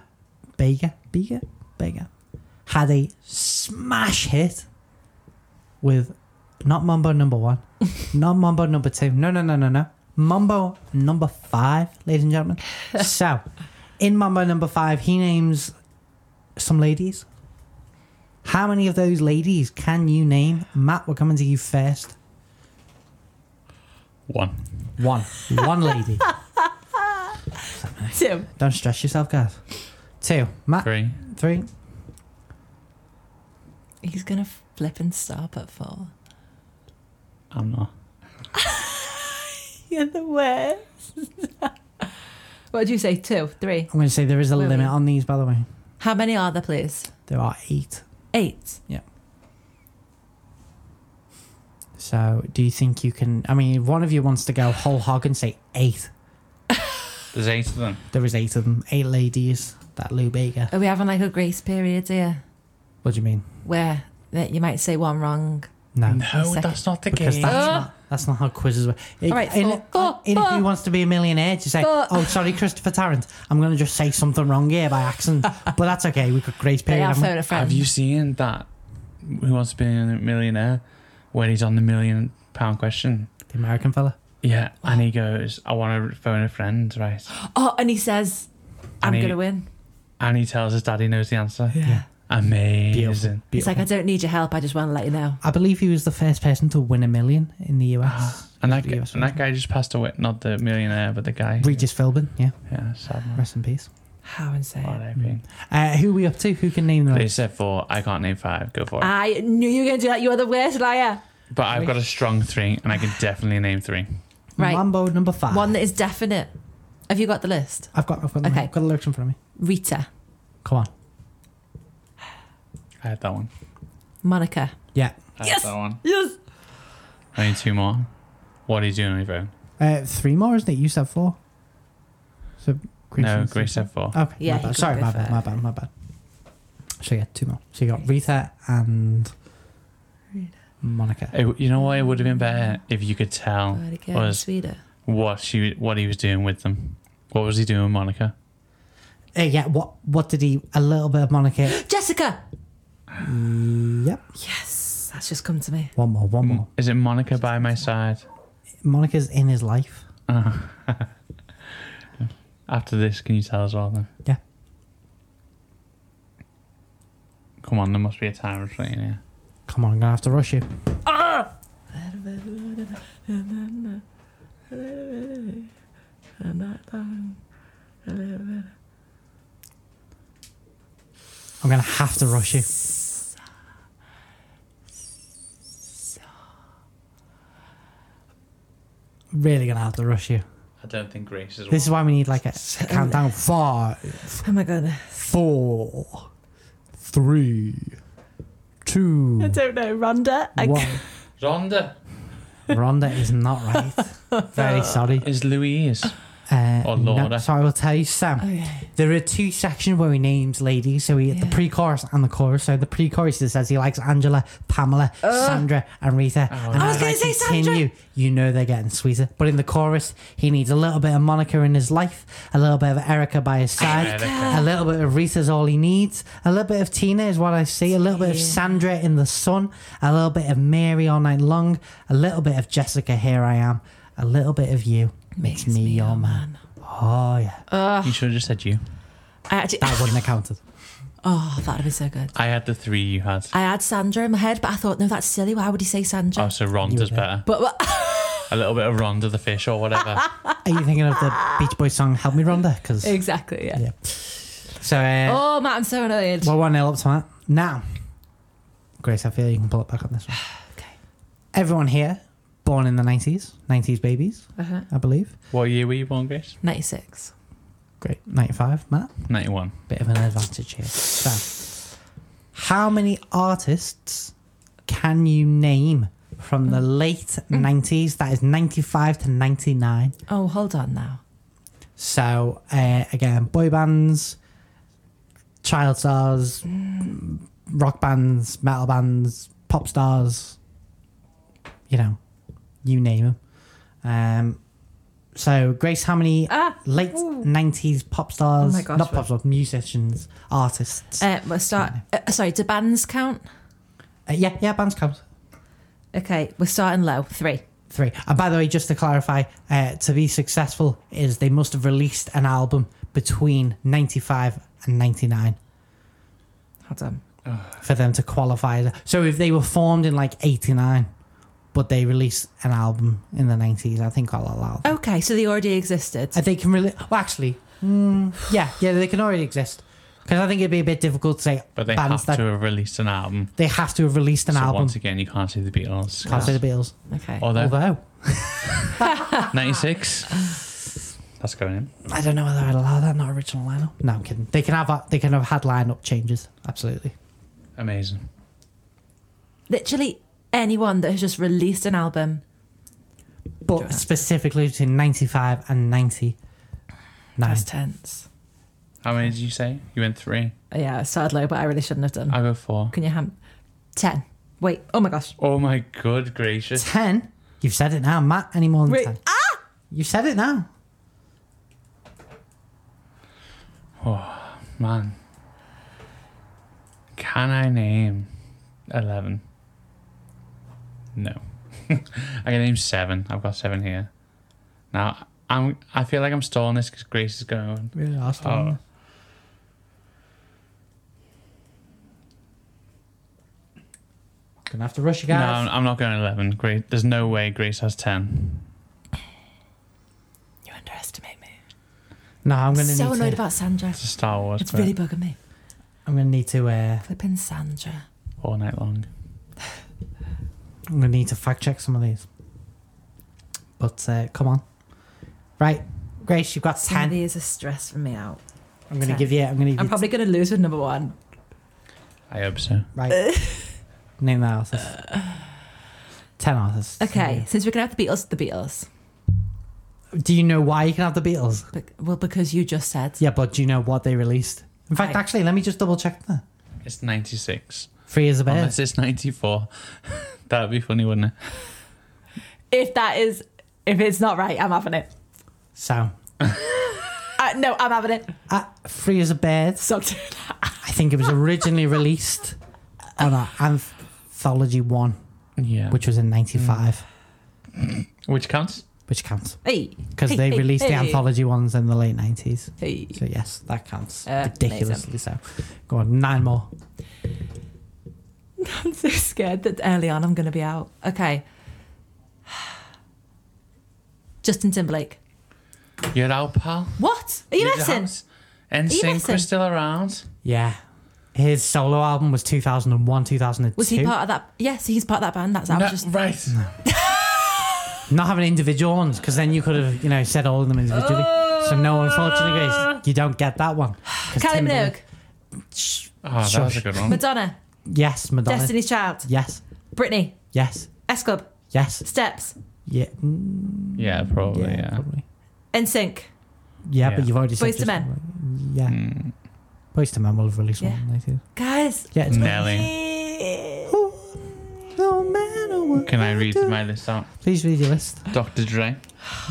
Speaker 2: Bega, Bega, Bega had a smash hit with not Mambo number one, not Mambo number two, no, no, no, no, no, Mambo number five, ladies and gentlemen. so, in Mambo number five, he names some ladies. How many of those ladies can you name? Matt, we're coming to you first.
Speaker 1: One.
Speaker 2: One. One lady.
Speaker 3: Tim.
Speaker 2: Don't stress yourself, guys. Two.
Speaker 3: Uh,
Speaker 2: Matt,
Speaker 1: Three.
Speaker 2: three.
Speaker 3: He's gonna flip and stop at four.
Speaker 1: I'm not.
Speaker 3: You're the worst. what did you say? Two, three.
Speaker 2: I'm going to say there is a
Speaker 3: Really?
Speaker 2: limit on these, by the way.
Speaker 3: How many are there, please?
Speaker 2: There are eight.
Speaker 3: Eight.
Speaker 2: So, do you think you can? I mean, if one of you wants to go whole hog and say eight.
Speaker 1: There's eight of them.
Speaker 2: There is eight of them. Eight ladies. That Lou Bega.
Speaker 3: Are we having like a grace period here,
Speaker 2: What do you mean?
Speaker 3: where that you might say one wrong?
Speaker 2: No.
Speaker 1: No,
Speaker 3: Second.
Speaker 1: that's not the
Speaker 2: Because
Speaker 1: game.
Speaker 2: that's
Speaker 3: Ah.
Speaker 2: not that's not how quizzes work. It,
Speaker 3: All right,
Speaker 2: in,
Speaker 3: four, four,
Speaker 2: in
Speaker 3: four.
Speaker 2: Who Wants to Be a Millionaire, you say,
Speaker 3: Four.
Speaker 2: "Oh, sorry, Christopher Tarrant, I'm going to just say something wrong here by accident," but that's okay. We've got grace
Speaker 3: They
Speaker 2: period.
Speaker 3: are
Speaker 2: haven't we?
Speaker 3: phone a friend.
Speaker 1: Have you seen that? Who wants to be a millionaire? When he's on the million pound question.
Speaker 2: The American fella.
Speaker 1: Yeah, and he goes, "I want to phone a friend," right?
Speaker 3: Oh, and he says, "I'm
Speaker 1: And he-
Speaker 3: gonna win."
Speaker 1: And he tells his daddy knows the answer.
Speaker 2: Yeah.
Speaker 1: Amazing.
Speaker 3: He's like, "I don't need your help. I just want to let you know."
Speaker 2: I believe he was the first person to win a million in the US.
Speaker 1: And that,
Speaker 2: Yeah,
Speaker 1: guy, and that guy just passed away. Not the millionaire, but the guy.
Speaker 2: Regis Philbin, yeah,
Speaker 1: Yeah, sad man.
Speaker 2: rest in peace.
Speaker 3: How insane!
Speaker 1: RIP.
Speaker 2: Uh, who are we up to? Who can name the
Speaker 1: They
Speaker 2: most?
Speaker 1: said four. I can't name five. Go for it.
Speaker 3: I knew you were gonna do that. You're the worst liar.
Speaker 1: But I've got a strong three, and I can definitely name three.
Speaker 3: Right.
Speaker 2: Mambo number five.
Speaker 3: One that is definite. Have you got the list?
Speaker 2: I've got, I've got,
Speaker 3: Okay.
Speaker 2: I've got the lyrics in front of me.
Speaker 3: Rita,
Speaker 2: Come on.
Speaker 1: I had that one.
Speaker 3: Monica.
Speaker 2: Yeah.
Speaker 1: I
Speaker 3: Yes!
Speaker 1: had that one.
Speaker 3: Yes.
Speaker 1: I need two more. What are you doing on your phone?
Speaker 2: Uh, three more, isn't it? You said four. So Grace
Speaker 1: no,
Speaker 2: and-
Speaker 1: Grace said four.
Speaker 2: Okay.
Speaker 3: Yeah,
Speaker 2: my
Speaker 3: he
Speaker 2: bad.
Speaker 3: could
Speaker 2: Sorry,
Speaker 3: go
Speaker 2: my bad,
Speaker 3: first.
Speaker 2: my bad, my bad. So yeah, two more. So you got Rita and
Speaker 3: Rita.
Speaker 2: Monica.
Speaker 1: It- you know what? It would have been better if you could
Speaker 2: Oh,
Speaker 1: tell was-
Speaker 3: sweeter.
Speaker 1: what she what he was doing with them. What was he doing with Monica?
Speaker 2: Uh, yeah. What? What did he? A little bit of Monica.
Speaker 3: Jessica.
Speaker 2: yep.
Speaker 3: Yes, that's just come to me.
Speaker 2: One more. One more.
Speaker 1: Is it Monica by my side?
Speaker 2: Monica's in his life.
Speaker 1: After this, can you tell us all then?
Speaker 2: Yeah.
Speaker 1: Come on, there must be a time restraint here.
Speaker 2: Come on, I'm gonna have to rush you. I'm gonna have to rush you. Really gonna have to rush you.
Speaker 1: I don't think Grace is.
Speaker 2: This is why we need like a, a countdown. Five,
Speaker 3: Oh my goodness.
Speaker 2: four, three, two,
Speaker 3: I don't know, Rhonda. I
Speaker 2: one.
Speaker 1: Rhonda
Speaker 2: Rhonda is not right. Very sorry.
Speaker 1: is Louise.
Speaker 2: Uh,
Speaker 1: Or
Speaker 2: no,
Speaker 1: Laura.
Speaker 2: so I will tell you, Sam.
Speaker 3: Okay.
Speaker 2: There are two sections where he names ladies. So he the
Speaker 3: Yeah.
Speaker 2: pre-chorus and the chorus. So the pre-chorus it says he likes Angela, Pamela, Sandra, and Rita.
Speaker 1: Oh,
Speaker 2: and
Speaker 1: I
Speaker 3: was
Speaker 2: as
Speaker 3: gonna say Sandra.
Speaker 2: continue, You know they're getting sweeter. But in the chorus, he needs a little bit of Monica in his life, a little bit of Erica by his side,
Speaker 1: Erica.
Speaker 2: a little bit of Rita's all he needs, a little bit of Tina is what I see, a little bit of
Speaker 3: Yeah.
Speaker 2: Sandra in the sun, a little bit of Mary all night long, a little bit of Jessica. Here I am, a little bit of you. Makes me your man. Oh yeah,
Speaker 1: You should have just said you.
Speaker 3: I actually,
Speaker 2: that wouldn't have counted.
Speaker 3: oh, that'd be so good.
Speaker 1: I had the three you had.
Speaker 3: I had Sandra in my head, but I thought, no, that's silly. Why would he say Sandra?
Speaker 1: Oh, so Rhonda's
Speaker 2: You were
Speaker 1: better.
Speaker 3: But, but
Speaker 1: A little bit of Rhonda the fish or whatever.
Speaker 2: Are you thinking of the Beach Boys song "Help Me Rhonda"? Because
Speaker 3: exactly, yeah.
Speaker 2: Yeah. so uh,
Speaker 3: Eh, Oh, Matt, I'm so annoyed.
Speaker 2: we're one nil up to that. Now, Grace, I feel you can pull it back on this one.
Speaker 3: Okay.
Speaker 2: Everyone here born in the nineties, nineties babies,
Speaker 3: Uh-huh.
Speaker 2: I believe.
Speaker 1: what year were you born, Grace?
Speaker 3: Ninety-six.
Speaker 2: Great. 95, Matt.
Speaker 1: 91.
Speaker 2: Bit of an advantage here. So, how many artists can you name from the late 90s? That is 95 to 99.
Speaker 3: Oh, hold on now.
Speaker 2: So uh, again, boy bands, child stars, rock bands, metal bands, pop stars. You know, you name them. Um, so Grace, how many
Speaker 3: Ah,
Speaker 2: late
Speaker 3: ooh.
Speaker 2: nineties pop stars?
Speaker 3: Oh my gosh,
Speaker 2: not pop
Speaker 3: what-
Speaker 2: stars, musicians, artists. Uh,
Speaker 3: Uh, we'll start. Uh, sorry, do bands count?
Speaker 2: yeah, yeah, bands count.
Speaker 3: Okay, we're starting low. Three.
Speaker 2: Three. And by the way, just to clarify, uh, to be successful is they must have released an album between ninety five and ninety nine.
Speaker 3: Hold on.
Speaker 2: for them to qualify. as- So if they were formed in like '89, but they released an album in the '90s, I think I'll allow. Them.
Speaker 3: Okay, so they already existed.
Speaker 2: Uh, They can really. Well, actually, mm, yeah, yeah, they can already exist because I think it'd be a bit difficult to say
Speaker 1: But they
Speaker 2: bands
Speaker 1: have
Speaker 2: that
Speaker 1: to have released an album.
Speaker 2: they have to have released an
Speaker 1: so
Speaker 2: album.
Speaker 1: once again, you can't say the Beatles.
Speaker 2: Can't say the Beatles.
Speaker 3: Okay.
Speaker 1: Although,
Speaker 2: Although
Speaker 1: 96. That's going in.
Speaker 2: I don't know whether I'd allow that. Not original lineup. No, I'm kidding. They can have a- they can have had lineup changes. Absolutely.
Speaker 1: Amazing.
Speaker 3: Literally anyone that has just released an album.
Speaker 2: But specifically between '95 and '99.
Speaker 3: That's tense.
Speaker 1: How many did you say? You went three.
Speaker 3: Uh, Yeah, I started low, but I really shouldn't have done.
Speaker 1: I go four.
Speaker 3: Can you ham? Ten. Wait. Oh my gosh.
Speaker 1: Oh my good gracious.
Speaker 2: 10. You've said it now, Matt. Any more than
Speaker 3: Wait,
Speaker 2: 10. Ah! You said it now.
Speaker 1: Man. Can I name 11? No. I can name seven. I've got seven here. Now, I'm, I feel like I'm stalling this because Grace is going.
Speaker 2: Really asked
Speaker 1: Oh.
Speaker 2: Gonna have to rush you
Speaker 1: No, I'm
Speaker 2: guys.
Speaker 1: I'm not going 11. Grace, there's no way Grace has 10.
Speaker 3: You underestimate me.
Speaker 2: No, I'm
Speaker 3: I'm
Speaker 2: gonna
Speaker 3: so
Speaker 2: need
Speaker 3: annoyed
Speaker 2: to.
Speaker 3: about Sandra.
Speaker 1: It's a Star Wars
Speaker 3: It's
Speaker 1: but
Speaker 3: really bugging me.
Speaker 2: I'm gonna need to. Uh,
Speaker 3: Flipping Sandra.
Speaker 1: all night long.
Speaker 2: I'm gonna need to fact check some of these. But uh, come on, right, Grace, you've got
Speaker 3: Some of
Speaker 2: ten.
Speaker 3: these are stressing me out.
Speaker 2: I'm gonna
Speaker 3: 10.
Speaker 2: give you. I'm gonna. Give
Speaker 3: I'm
Speaker 2: you
Speaker 3: probably going to lose with number one.
Speaker 1: I hope so.
Speaker 2: right. Name the artist. ten artists.
Speaker 3: Okay, since we're going to have the Beatles, the Beatles.
Speaker 2: Do you know why you can have the Beatles?
Speaker 3: Bec- Well, because you just said.
Speaker 2: Yeah, but do you know what they released? In fact,
Speaker 3: Right.
Speaker 2: actually, let me just double check that.
Speaker 1: It's 96.
Speaker 2: Free as a bird.
Speaker 1: Unless it's 94. that would be funny, wouldn't it?
Speaker 3: If that is, if it's not right, I'm having it.
Speaker 2: So,
Speaker 3: Uh, no, I'm having it.
Speaker 2: uh, Free as a Bird,
Speaker 3: Sucked.
Speaker 2: I think it was originally released on a Anthology 1,
Speaker 1: Yeah. Which,
Speaker 2: which was in 95,
Speaker 1: which counts?
Speaker 2: which counts.
Speaker 3: Hey.
Speaker 2: Because they
Speaker 3: Hey,
Speaker 2: released the
Speaker 3: hey.
Speaker 2: Anthology ones in the late 90s.
Speaker 3: Hey.
Speaker 2: So, yes, that counts.
Speaker 3: Uh,
Speaker 2: Ridiculously so. Go on, nine more.
Speaker 3: I'm so scared that early on I'm going to be out. Okay. Justin Timberlake.
Speaker 1: You're out, pal.
Speaker 3: What? Are you messing?
Speaker 1: And
Speaker 3: you
Speaker 1: sync
Speaker 3: messing?
Speaker 1: was still around.
Speaker 2: Yeah. His solo album was 2001, 2002.
Speaker 3: Was he part of that? Yes, he's part of that band. That's I was
Speaker 1: No,
Speaker 3: just
Speaker 1: right.
Speaker 2: Not having individual ones, because then you could have, you know, said all of them individually. so, no,
Speaker 3: Oh.
Speaker 2: unfortunately, Grace, you don't get that one. 'Cause
Speaker 3: Kylie
Speaker 2: Timberlake-
Speaker 3: Minogue,
Speaker 2: Shh.
Speaker 1: Oh, that was a good one.
Speaker 3: Madonna,
Speaker 2: Yes, Madonna.
Speaker 3: Destiny's Child,
Speaker 2: Yes,
Speaker 3: Britney,
Speaker 2: yes,
Speaker 3: S Club,
Speaker 2: yes.
Speaker 3: Steps,
Speaker 2: Yeah, mm,
Speaker 1: Yeah, probably.
Speaker 2: yeah,
Speaker 1: Yeah.
Speaker 2: probably.
Speaker 3: NSYNC.
Speaker 2: Yeah,
Speaker 1: Yeah.
Speaker 2: but you've already said
Speaker 3: Boyz II
Speaker 2: just
Speaker 3: Men.
Speaker 2: one. Yeah,
Speaker 1: Mm.
Speaker 2: Boyz II Men will have released
Speaker 3: Yeah.
Speaker 2: one later.
Speaker 3: Guys.
Speaker 2: Yeah, it's
Speaker 1: Nelly.
Speaker 2: no matter what.
Speaker 1: Can I read my list out?
Speaker 2: Please read your list.
Speaker 1: Dr. Dre,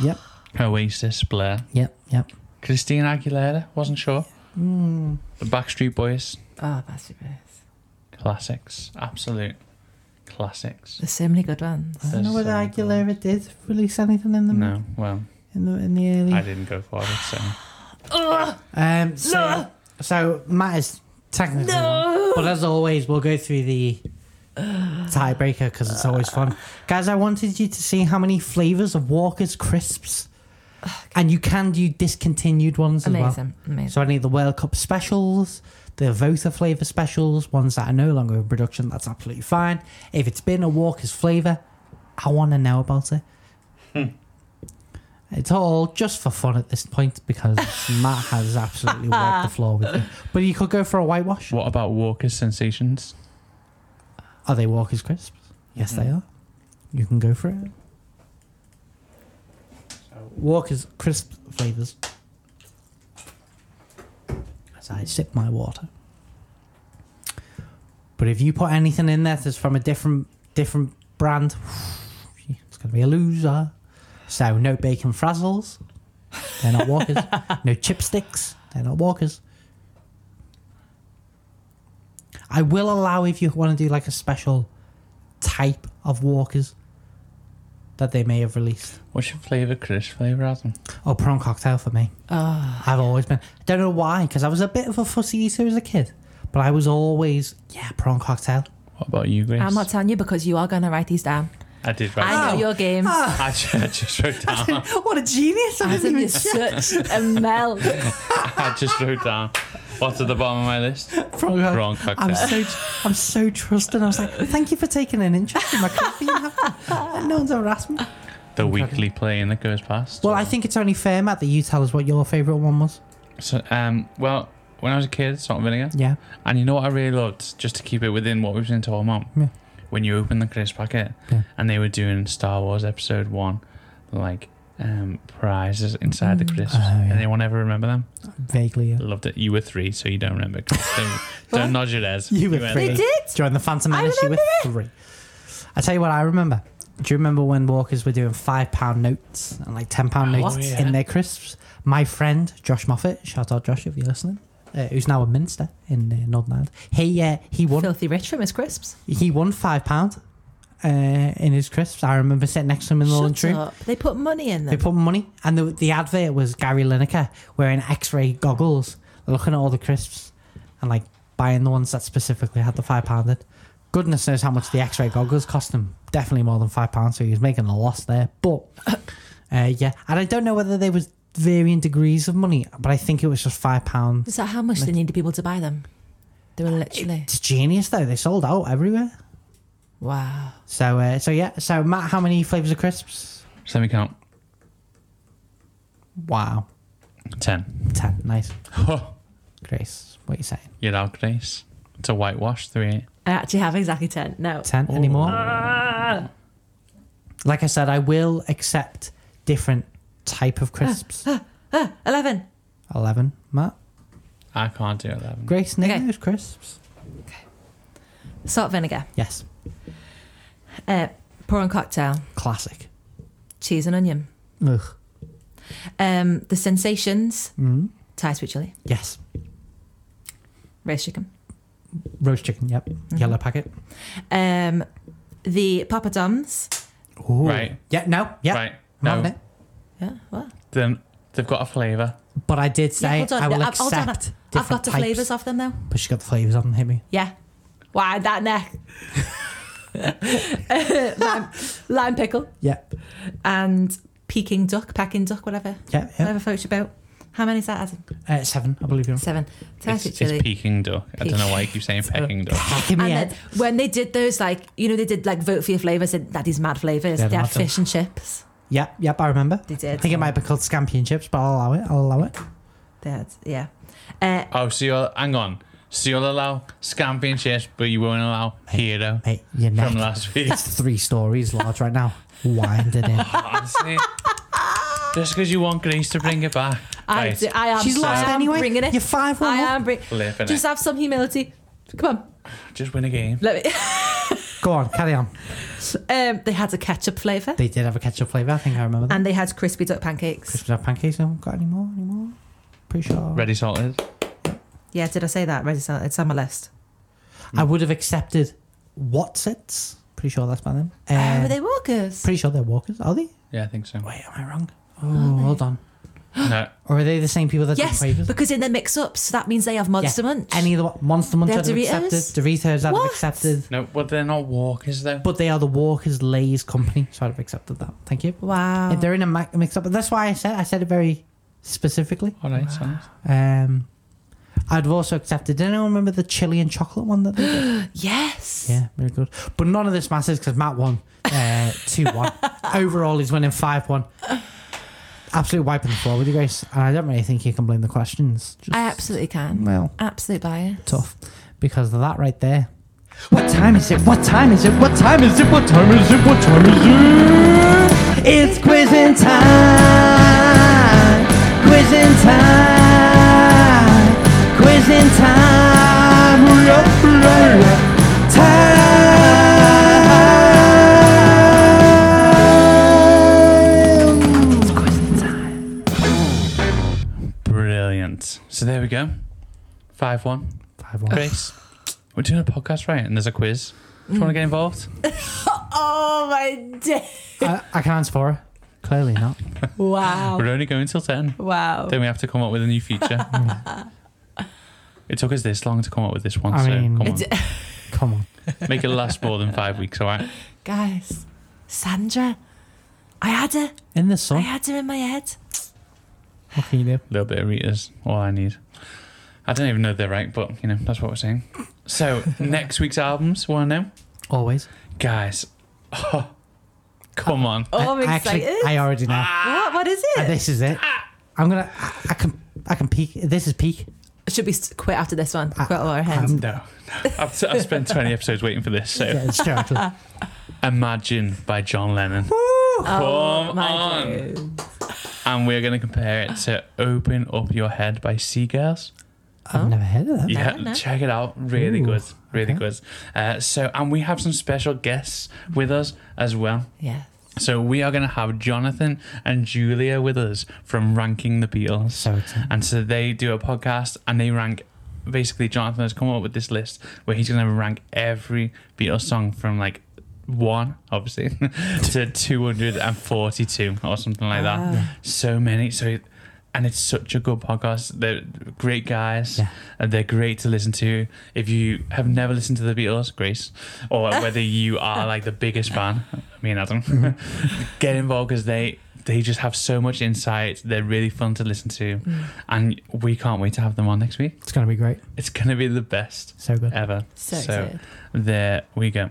Speaker 2: Yep,
Speaker 1: Oasis, Blair,
Speaker 2: yep, yep. Mm,
Speaker 1: Christina Aguilera, wasn't sure. The Backstreet Boys,
Speaker 3: Oh, that's your best.
Speaker 1: classics, absolute classics.
Speaker 3: There's so many good ones.
Speaker 2: I don't know
Speaker 1: There's
Speaker 2: whether
Speaker 1: so many
Speaker 2: Aguilera did release anything in the
Speaker 1: No, well,
Speaker 2: in the in the early.
Speaker 1: I didn't go for it, so.
Speaker 2: Um, so, so Matt is technically one. But as always, we'll go through the tiebreaker because it's always fun. Guys, I wanted you to see how many flavours of Walker's crisps. And you can do discontinued ones as well.
Speaker 3: Amazing. Amazing.
Speaker 2: So I need the World Cup specials, the Vota flavour specials, ones that are no longer in production, that's absolutely fine. If it's been a Walker's flavour, I want to know about it. It's all just for fun at this point because Matt has absolutely wiped the floor with it. But you could go for a whitewash.
Speaker 1: What about Walker's sensations?
Speaker 2: Are they Walker's crisps? Yes, they are. You can go for it. Walker's crisp flavors. As I sip my water. But if you put anything in there that's from a different different brand, it's gonna be a loser. So no bacon frazzles. They're not Walkers. no chipsticks. They're not Walkers. I will allow if you want to do like a special type of Walkers that they may have released.
Speaker 1: What's your flavour, Chris? Flavour, Adam?
Speaker 2: Oh, prawn cocktail for me.
Speaker 3: Oh,
Speaker 2: I've always been. I don't know why, because I was a bit of a fussy eater as a kid, but I was always yeah prawn cocktail.
Speaker 1: What about you, Grace?
Speaker 3: I'm not telling you because you are going to write these down.
Speaker 1: I did
Speaker 3: I
Speaker 1: write.
Speaker 3: know
Speaker 2: Oh.
Speaker 3: your game.
Speaker 1: I ju- I just wrote down.
Speaker 2: what a genius! I didn't
Speaker 3: You're
Speaker 2: even check.
Speaker 3: such a mel.
Speaker 1: I just wrote down. What's at the bottom of my list?
Speaker 2: Prawn cock-
Speaker 1: Prawn
Speaker 2: I'm
Speaker 1: cocktail.
Speaker 2: so I'm so trusting. I was like, thank you for taking an interest in my coffee. no one's ever asked me.
Speaker 1: the weekly playing that goes past.
Speaker 2: Well, I think it's only fair, Matt, that you tell us what your favourite one was.
Speaker 1: So, um, well, when I was a kid, salt and vinegar.
Speaker 2: Yeah.
Speaker 1: And you know what I really loved, just to keep it within what we've been talking about?
Speaker 2: Yeah.
Speaker 1: When you open the crisp packet
Speaker 2: Yeah.
Speaker 1: and they were doing Star Wars Episode 1, like, um, prizes inside the crisps.
Speaker 2: Oh, yeah.
Speaker 1: Anyone ever remember them?
Speaker 2: Vaguely. Yeah.
Speaker 1: Loved it. You were three, so you don't remember. Don't, don't nod your head.
Speaker 2: You were
Speaker 1: went,
Speaker 2: three.
Speaker 3: They did?
Speaker 2: During the Phantom
Speaker 3: I
Speaker 2: Menace, you were three. I tell you what, I remember. Do you remember when Walkers were doing five pound notes and like ten pound
Speaker 1: Oh,
Speaker 2: notes
Speaker 1: yeah.
Speaker 2: in their crisps? My friend Josh Moffat, shout out Josh if you're listening, uh, who's now a minister in uh, Northern Ireland. He uh, he won
Speaker 3: Filthy rich from his crisps.
Speaker 2: he won five pound uh, in his crisps. I remember sitting next to him in the
Speaker 3: Shut
Speaker 2: lunchroom.
Speaker 3: up. They put money in
Speaker 2: They
Speaker 3: them.
Speaker 2: put money, and the, the advert was Gary Lineker wearing X-ray goggles, looking at all the crisps, and like buying the ones that specifically had the five pound in. Goodness knows how much the X-ray goggles cost him. Definitely more than five pounds, so he was making a loss there. But uh, yeah, and I don't know whether there was varying degrees of money, but I think it was just five pounds.
Speaker 3: Is that how much they needed people to buy them? They were literally.
Speaker 2: It's genius though; they sold out everywhere.
Speaker 3: Wow.
Speaker 2: So uh, so yeah. So Matt, how many flavors of crisps?
Speaker 1: So let me count.
Speaker 2: Wow,
Speaker 1: Ten.
Speaker 2: ten. Nice,
Speaker 1: Oh,
Speaker 2: Grace. What are you saying?
Speaker 1: you're out, Grace. It's a whitewash, three.
Speaker 3: I actually have exactly 10. No.
Speaker 2: Ten anymore?
Speaker 3: Ah.
Speaker 2: like I said, I will accept different type of crisps.
Speaker 3: 11.
Speaker 2: Eleven, Matt.
Speaker 1: I can't do eleven.
Speaker 2: Grace, name
Speaker 3: Okay.
Speaker 2: those crisps.
Speaker 3: Salt vinegar.
Speaker 2: Yes,
Speaker 3: Uh, prawn cocktail.
Speaker 2: classic.
Speaker 3: Cheese and onion.
Speaker 2: Ugh.
Speaker 3: Um, the sensations.
Speaker 2: Mm.
Speaker 3: Thai sweet chili.
Speaker 2: Yes,
Speaker 3: Roast chicken.
Speaker 2: roast chicken. Yep,
Speaker 3: Mm-hmm.
Speaker 2: yellow packet.
Speaker 3: Um, the Papa Doms.
Speaker 2: Ooh.
Speaker 1: Right.
Speaker 2: Yeah. No. Yeah.
Speaker 1: Right.
Speaker 2: I'm having
Speaker 1: No.
Speaker 2: it.
Speaker 3: Yeah, what?
Speaker 1: Then they've got a flavour.
Speaker 2: But I did say
Speaker 3: hold on,
Speaker 2: I will
Speaker 3: I've- hold
Speaker 2: accept.
Speaker 3: on, I've
Speaker 2: different
Speaker 3: got the
Speaker 2: types.
Speaker 3: flavours of them though.
Speaker 2: But she got the flavors on. Hit me.
Speaker 3: Yeah. Why that neck? lime, lime pickle
Speaker 2: Yep.
Speaker 3: and Peking duck, Peking duck, whatever,
Speaker 2: Yep. yep.
Speaker 3: whatever floats your boat. How many is that? Adam?
Speaker 2: Uh, seven, I believe you're.
Speaker 3: Seven. Thai
Speaker 1: It's,
Speaker 3: sweet
Speaker 1: it's
Speaker 3: chili.
Speaker 1: Peking duck. I don't know why I keep saying pecking duck.
Speaker 2: Give me
Speaker 3: And
Speaker 2: it.
Speaker 3: then when they did those, like you know, they did like vote for your flavours. Said that is mad flavours.
Speaker 2: Yeah,
Speaker 3: they had
Speaker 2: mad them.
Speaker 3: fish and chips.
Speaker 2: Yep. Yep. I remember.
Speaker 3: They
Speaker 2: I
Speaker 3: did.
Speaker 2: think it might be called scampi chips, but I'll allow it. I'll allow it.
Speaker 3: They had, yeah. Uh,
Speaker 1: Oh, so you'll hang on. So you'll allow scampi and chips, but you won't allow hero
Speaker 2: Mate, your neck.
Speaker 1: from last week.
Speaker 2: It's three stories large right now. Winding in.
Speaker 1: Honestly, just because you want Grace to bring it back,
Speaker 3: I,
Speaker 1: right?
Speaker 3: do- I am.
Speaker 2: She's lost
Speaker 3: I am
Speaker 2: anyway.
Speaker 3: Bringing it.
Speaker 2: You're five one
Speaker 3: I
Speaker 2: up.
Speaker 3: am. Bring-
Speaker 1: Flipping
Speaker 3: just
Speaker 1: it.
Speaker 3: have some humility. Come on.
Speaker 1: Just win a game.
Speaker 3: Let me.
Speaker 2: Go on, carry on.
Speaker 3: Um, they had a ketchup flavour
Speaker 2: They did have a ketchup flavour. I think I remember that.
Speaker 3: and they had crispy duck pancakes.
Speaker 2: Christmas have pancakes. I haven't got any more anymore. Pretty sure.
Speaker 1: Ready salted.
Speaker 3: Yeah, did I say that? Ready, so It's on my list.
Speaker 2: I would have accepted Watsits. Pretty sure that's by them.
Speaker 3: Uh,
Speaker 2: Um,
Speaker 3: were they walkers?
Speaker 2: pretty sure they're Walkers. Are they?
Speaker 1: Yeah, I think so.
Speaker 2: Wait, am I wrong? Oh, hold on.
Speaker 1: No,
Speaker 2: Or are they the same people that
Speaker 3: Yes,
Speaker 2: did Quavers?
Speaker 3: because in the mix-ups, that means they have Monster Munch.
Speaker 2: Any of the Monster Munch
Speaker 3: They
Speaker 2: I'd
Speaker 3: have
Speaker 2: have accepted. Doritos I'd have
Speaker 3: What?
Speaker 2: accepted.
Speaker 1: no. Well, they're not walkers though.
Speaker 2: But they are the Walkers Lay's company, so I'd have accepted that. Thank you.
Speaker 3: wow.
Speaker 2: If they're in a mi- mix up, that's why I said I said it very specifically.
Speaker 1: All right, son.
Speaker 2: Um, I'd have also accepted. Did anyone remember the chili and chocolate one that they did?
Speaker 3: yes.
Speaker 2: yeah, very good. But none of this matters because Matt won uh, 2 1. Overall, he's winning 5 1. absolutely wiping the floor with you guys. And I don't really think you can blame the questions. Just,
Speaker 3: I absolutely can.
Speaker 2: well,
Speaker 3: Absolute buyer.
Speaker 2: tough because of that right there.
Speaker 4: What time is it? What time is it? What time is it? What time is it? What time is it? It's quizzing time. Quizzing time. Quizzing time. La, la, la. Time. It's quizzing time.
Speaker 1: Brilliant. So there we go. 5 1.
Speaker 2: Five one.
Speaker 1: Grace, we're doing a podcast, right? And there's a quiz. Do you want to get involved?
Speaker 3: Oh my day.
Speaker 2: I, I can answer for her. Clearly not.
Speaker 3: Wow.
Speaker 1: We're only going till 10.
Speaker 3: Wow.
Speaker 1: Then we have to come up with a new feature. it took us this long to come up with this one,
Speaker 2: I
Speaker 1: so
Speaker 2: mean-
Speaker 1: come
Speaker 3: It's-
Speaker 2: Come on.
Speaker 1: on. Make it last more than five weeks, all right?
Speaker 3: Guys, Sandra, I had her.
Speaker 2: In the
Speaker 3: I
Speaker 2: sun.
Speaker 3: had her in my head.
Speaker 2: What can you do?
Speaker 1: A little bit of Rita's all I need. I don't even know if they're right, but, you know, that's what we're saying. So, next week's albums, want to know?
Speaker 2: Always.
Speaker 1: Guys, oh, come on.
Speaker 3: Oh, I'm
Speaker 2: I
Speaker 3: excited.
Speaker 2: Actually, I already know.
Speaker 3: what? What is
Speaker 2: Uh,
Speaker 3: it?
Speaker 2: This is it. I'm gonna. I, I can. I can peek. This is peak.
Speaker 3: Should we s- quit after this one?
Speaker 2: I-
Speaker 3: Quit all our heads.
Speaker 2: I'm-
Speaker 1: No, no. I've, I've spent 20 episodes waiting for this. So,
Speaker 2: Yeah, it's true, actually.
Speaker 1: Imagine by John Lennon.
Speaker 3: Oh
Speaker 2: Oh
Speaker 1: Come on. And we're going to compare it to Open Up Your Head by Seagulls.
Speaker 2: I've never heard of that.
Speaker 1: Yeah,
Speaker 3: don't know.
Speaker 1: check it out. Really
Speaker 2: Ooh,
Speaker 1: good. Really
Speaker 2: okay.
Speaker 1: good. Uh, so, and we have some special guests with us as well.
Speaker 3: Yeah.
Speaker 1: So, we are going to have Jonathan and Julia with us from Ranking the Beatles.
Speaker 2: So exciting.
Speaker 1: And so they do a podcast and they rank. Basically, Jonathan has come up with this list where he's going to rank every Beatles song from like one, obviously, to 242 or something like
Speaker 2: Oh,
Speaker 1: that.
Speaker 3: Wow.
Speaker 1: So many. So, and it's such a good podcast. They're great guys
Speaker 2: Yeah.
Speaker 1: and they're great to listen to. If you have never listened to the Beatles, Grace, or whether you are like the biggest fan, me and Adam, get involved because they they just have so much insight. They're really fun to listen to,
Speaker 3: mm.
Speaker 1: and we can't wait to have them on next week.
Speaker 2: It's gonna be great.
Speaker 1: It's gonna be the best
Speaker 2: So good.
Speaker 1: ever.
Speaker 3: So, excited.
Speaker 1: there we go.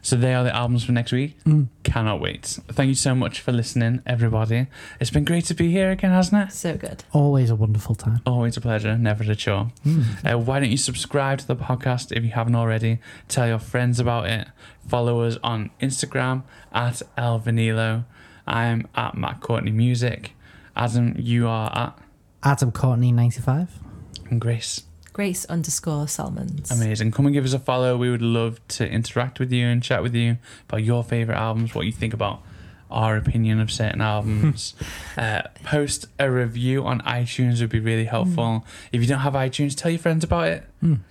Speaker 1: So they are the albums for next week.
Speaker 2: Mm.
Speaker 1: Cannot wait. Thank you so much for listening, everybody. It's been great to be here again, hasn't it?
Speaker 3: so good.
Speaker 2: Always a wonderful time.
Speaker 1: Always Oh, a pleasure, never a chore. Uh, why don't you subscribe to the podcast if you haven't already? Tell your friends about it. Follow us on Instagram at El Vanilo. I'm at Matt Courtney Music. Adam, you are at
Speaker 2: Adam Courtney, ninety-five.
Speaker 1: and Grace.
Speaker 3: Grace underscore Solomons.
Speaker 1: Amazing. Come and give us a follow. We would love to interact with you and chat with you about your favorite albums, what you think about our opinion of certain albums. uh, post a review on iTunes would be really helpful. If you don't have iTunes, tell your friends about it.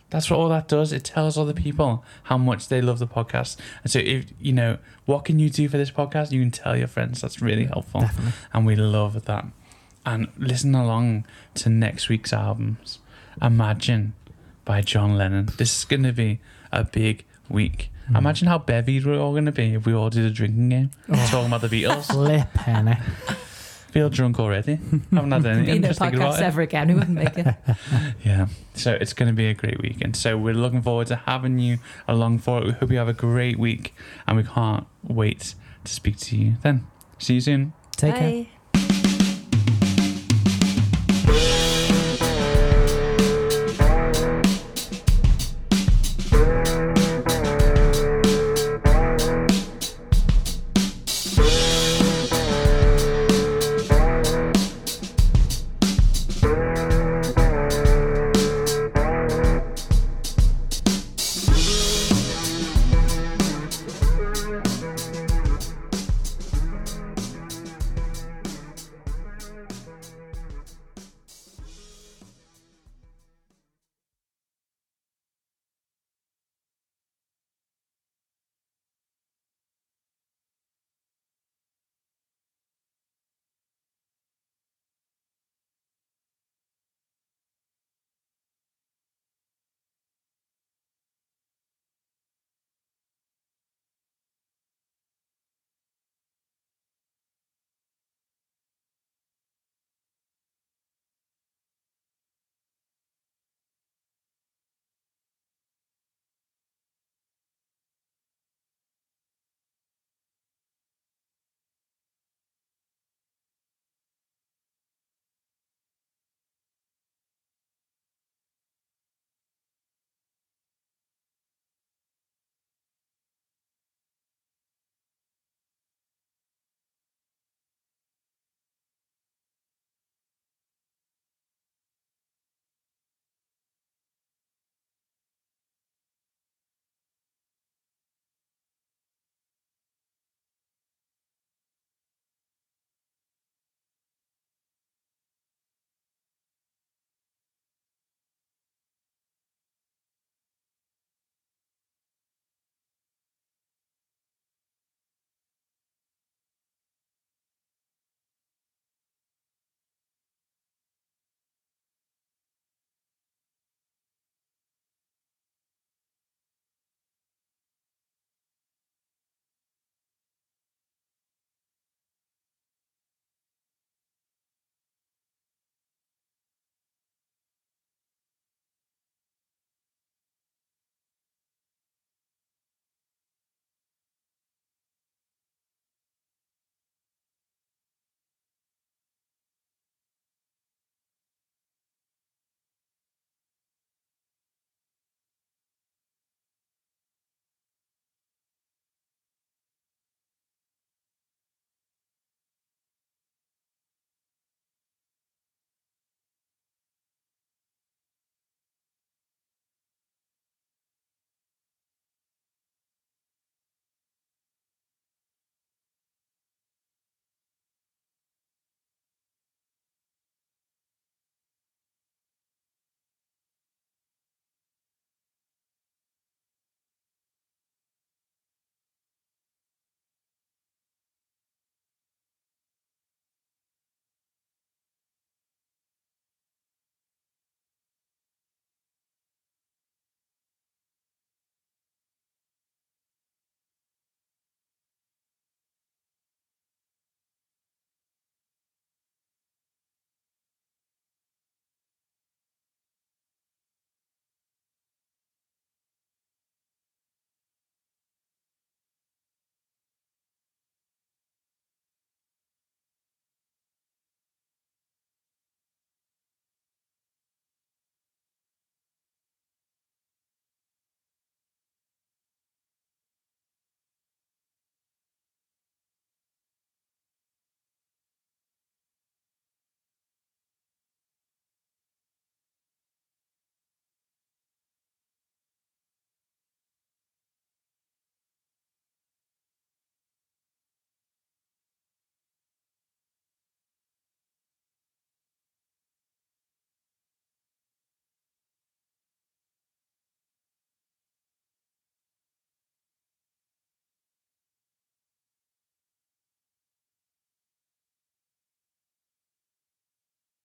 Speaker 1: That's what all that does. It tells other people how much they love the podcast. And so, if you know, what can you do for this podcast? You can tell your friends. That's really helpful.
Speaker 2: Definitely.
Speaker 1: And we love that. And listen along to next week's albums. Imagine by John Lennon. This is going to be a big week. Imagine how bevied we're all going to be if we all did a drinking game. Talking about the Beatles.
Speaker 2: Flippin' it.
Speaker 1: Feel drunk already. Haven't had
Speaker 3: Be
Speaker 1: anything.
Speaker 3: no
Speaker 1: Just thinking about
Speaker 3: podcast
Speaker 1: it.
Speaker 3: ever again. We wouldn't make it.
Speaker 1: Yeah. So it's going to be a great week. And so we're looking forward to having you along for it. We hope you have a great week. And we can't wait to speak to you then. See you soon.
Speaker 2: Take care.
Speaker 3: Bye.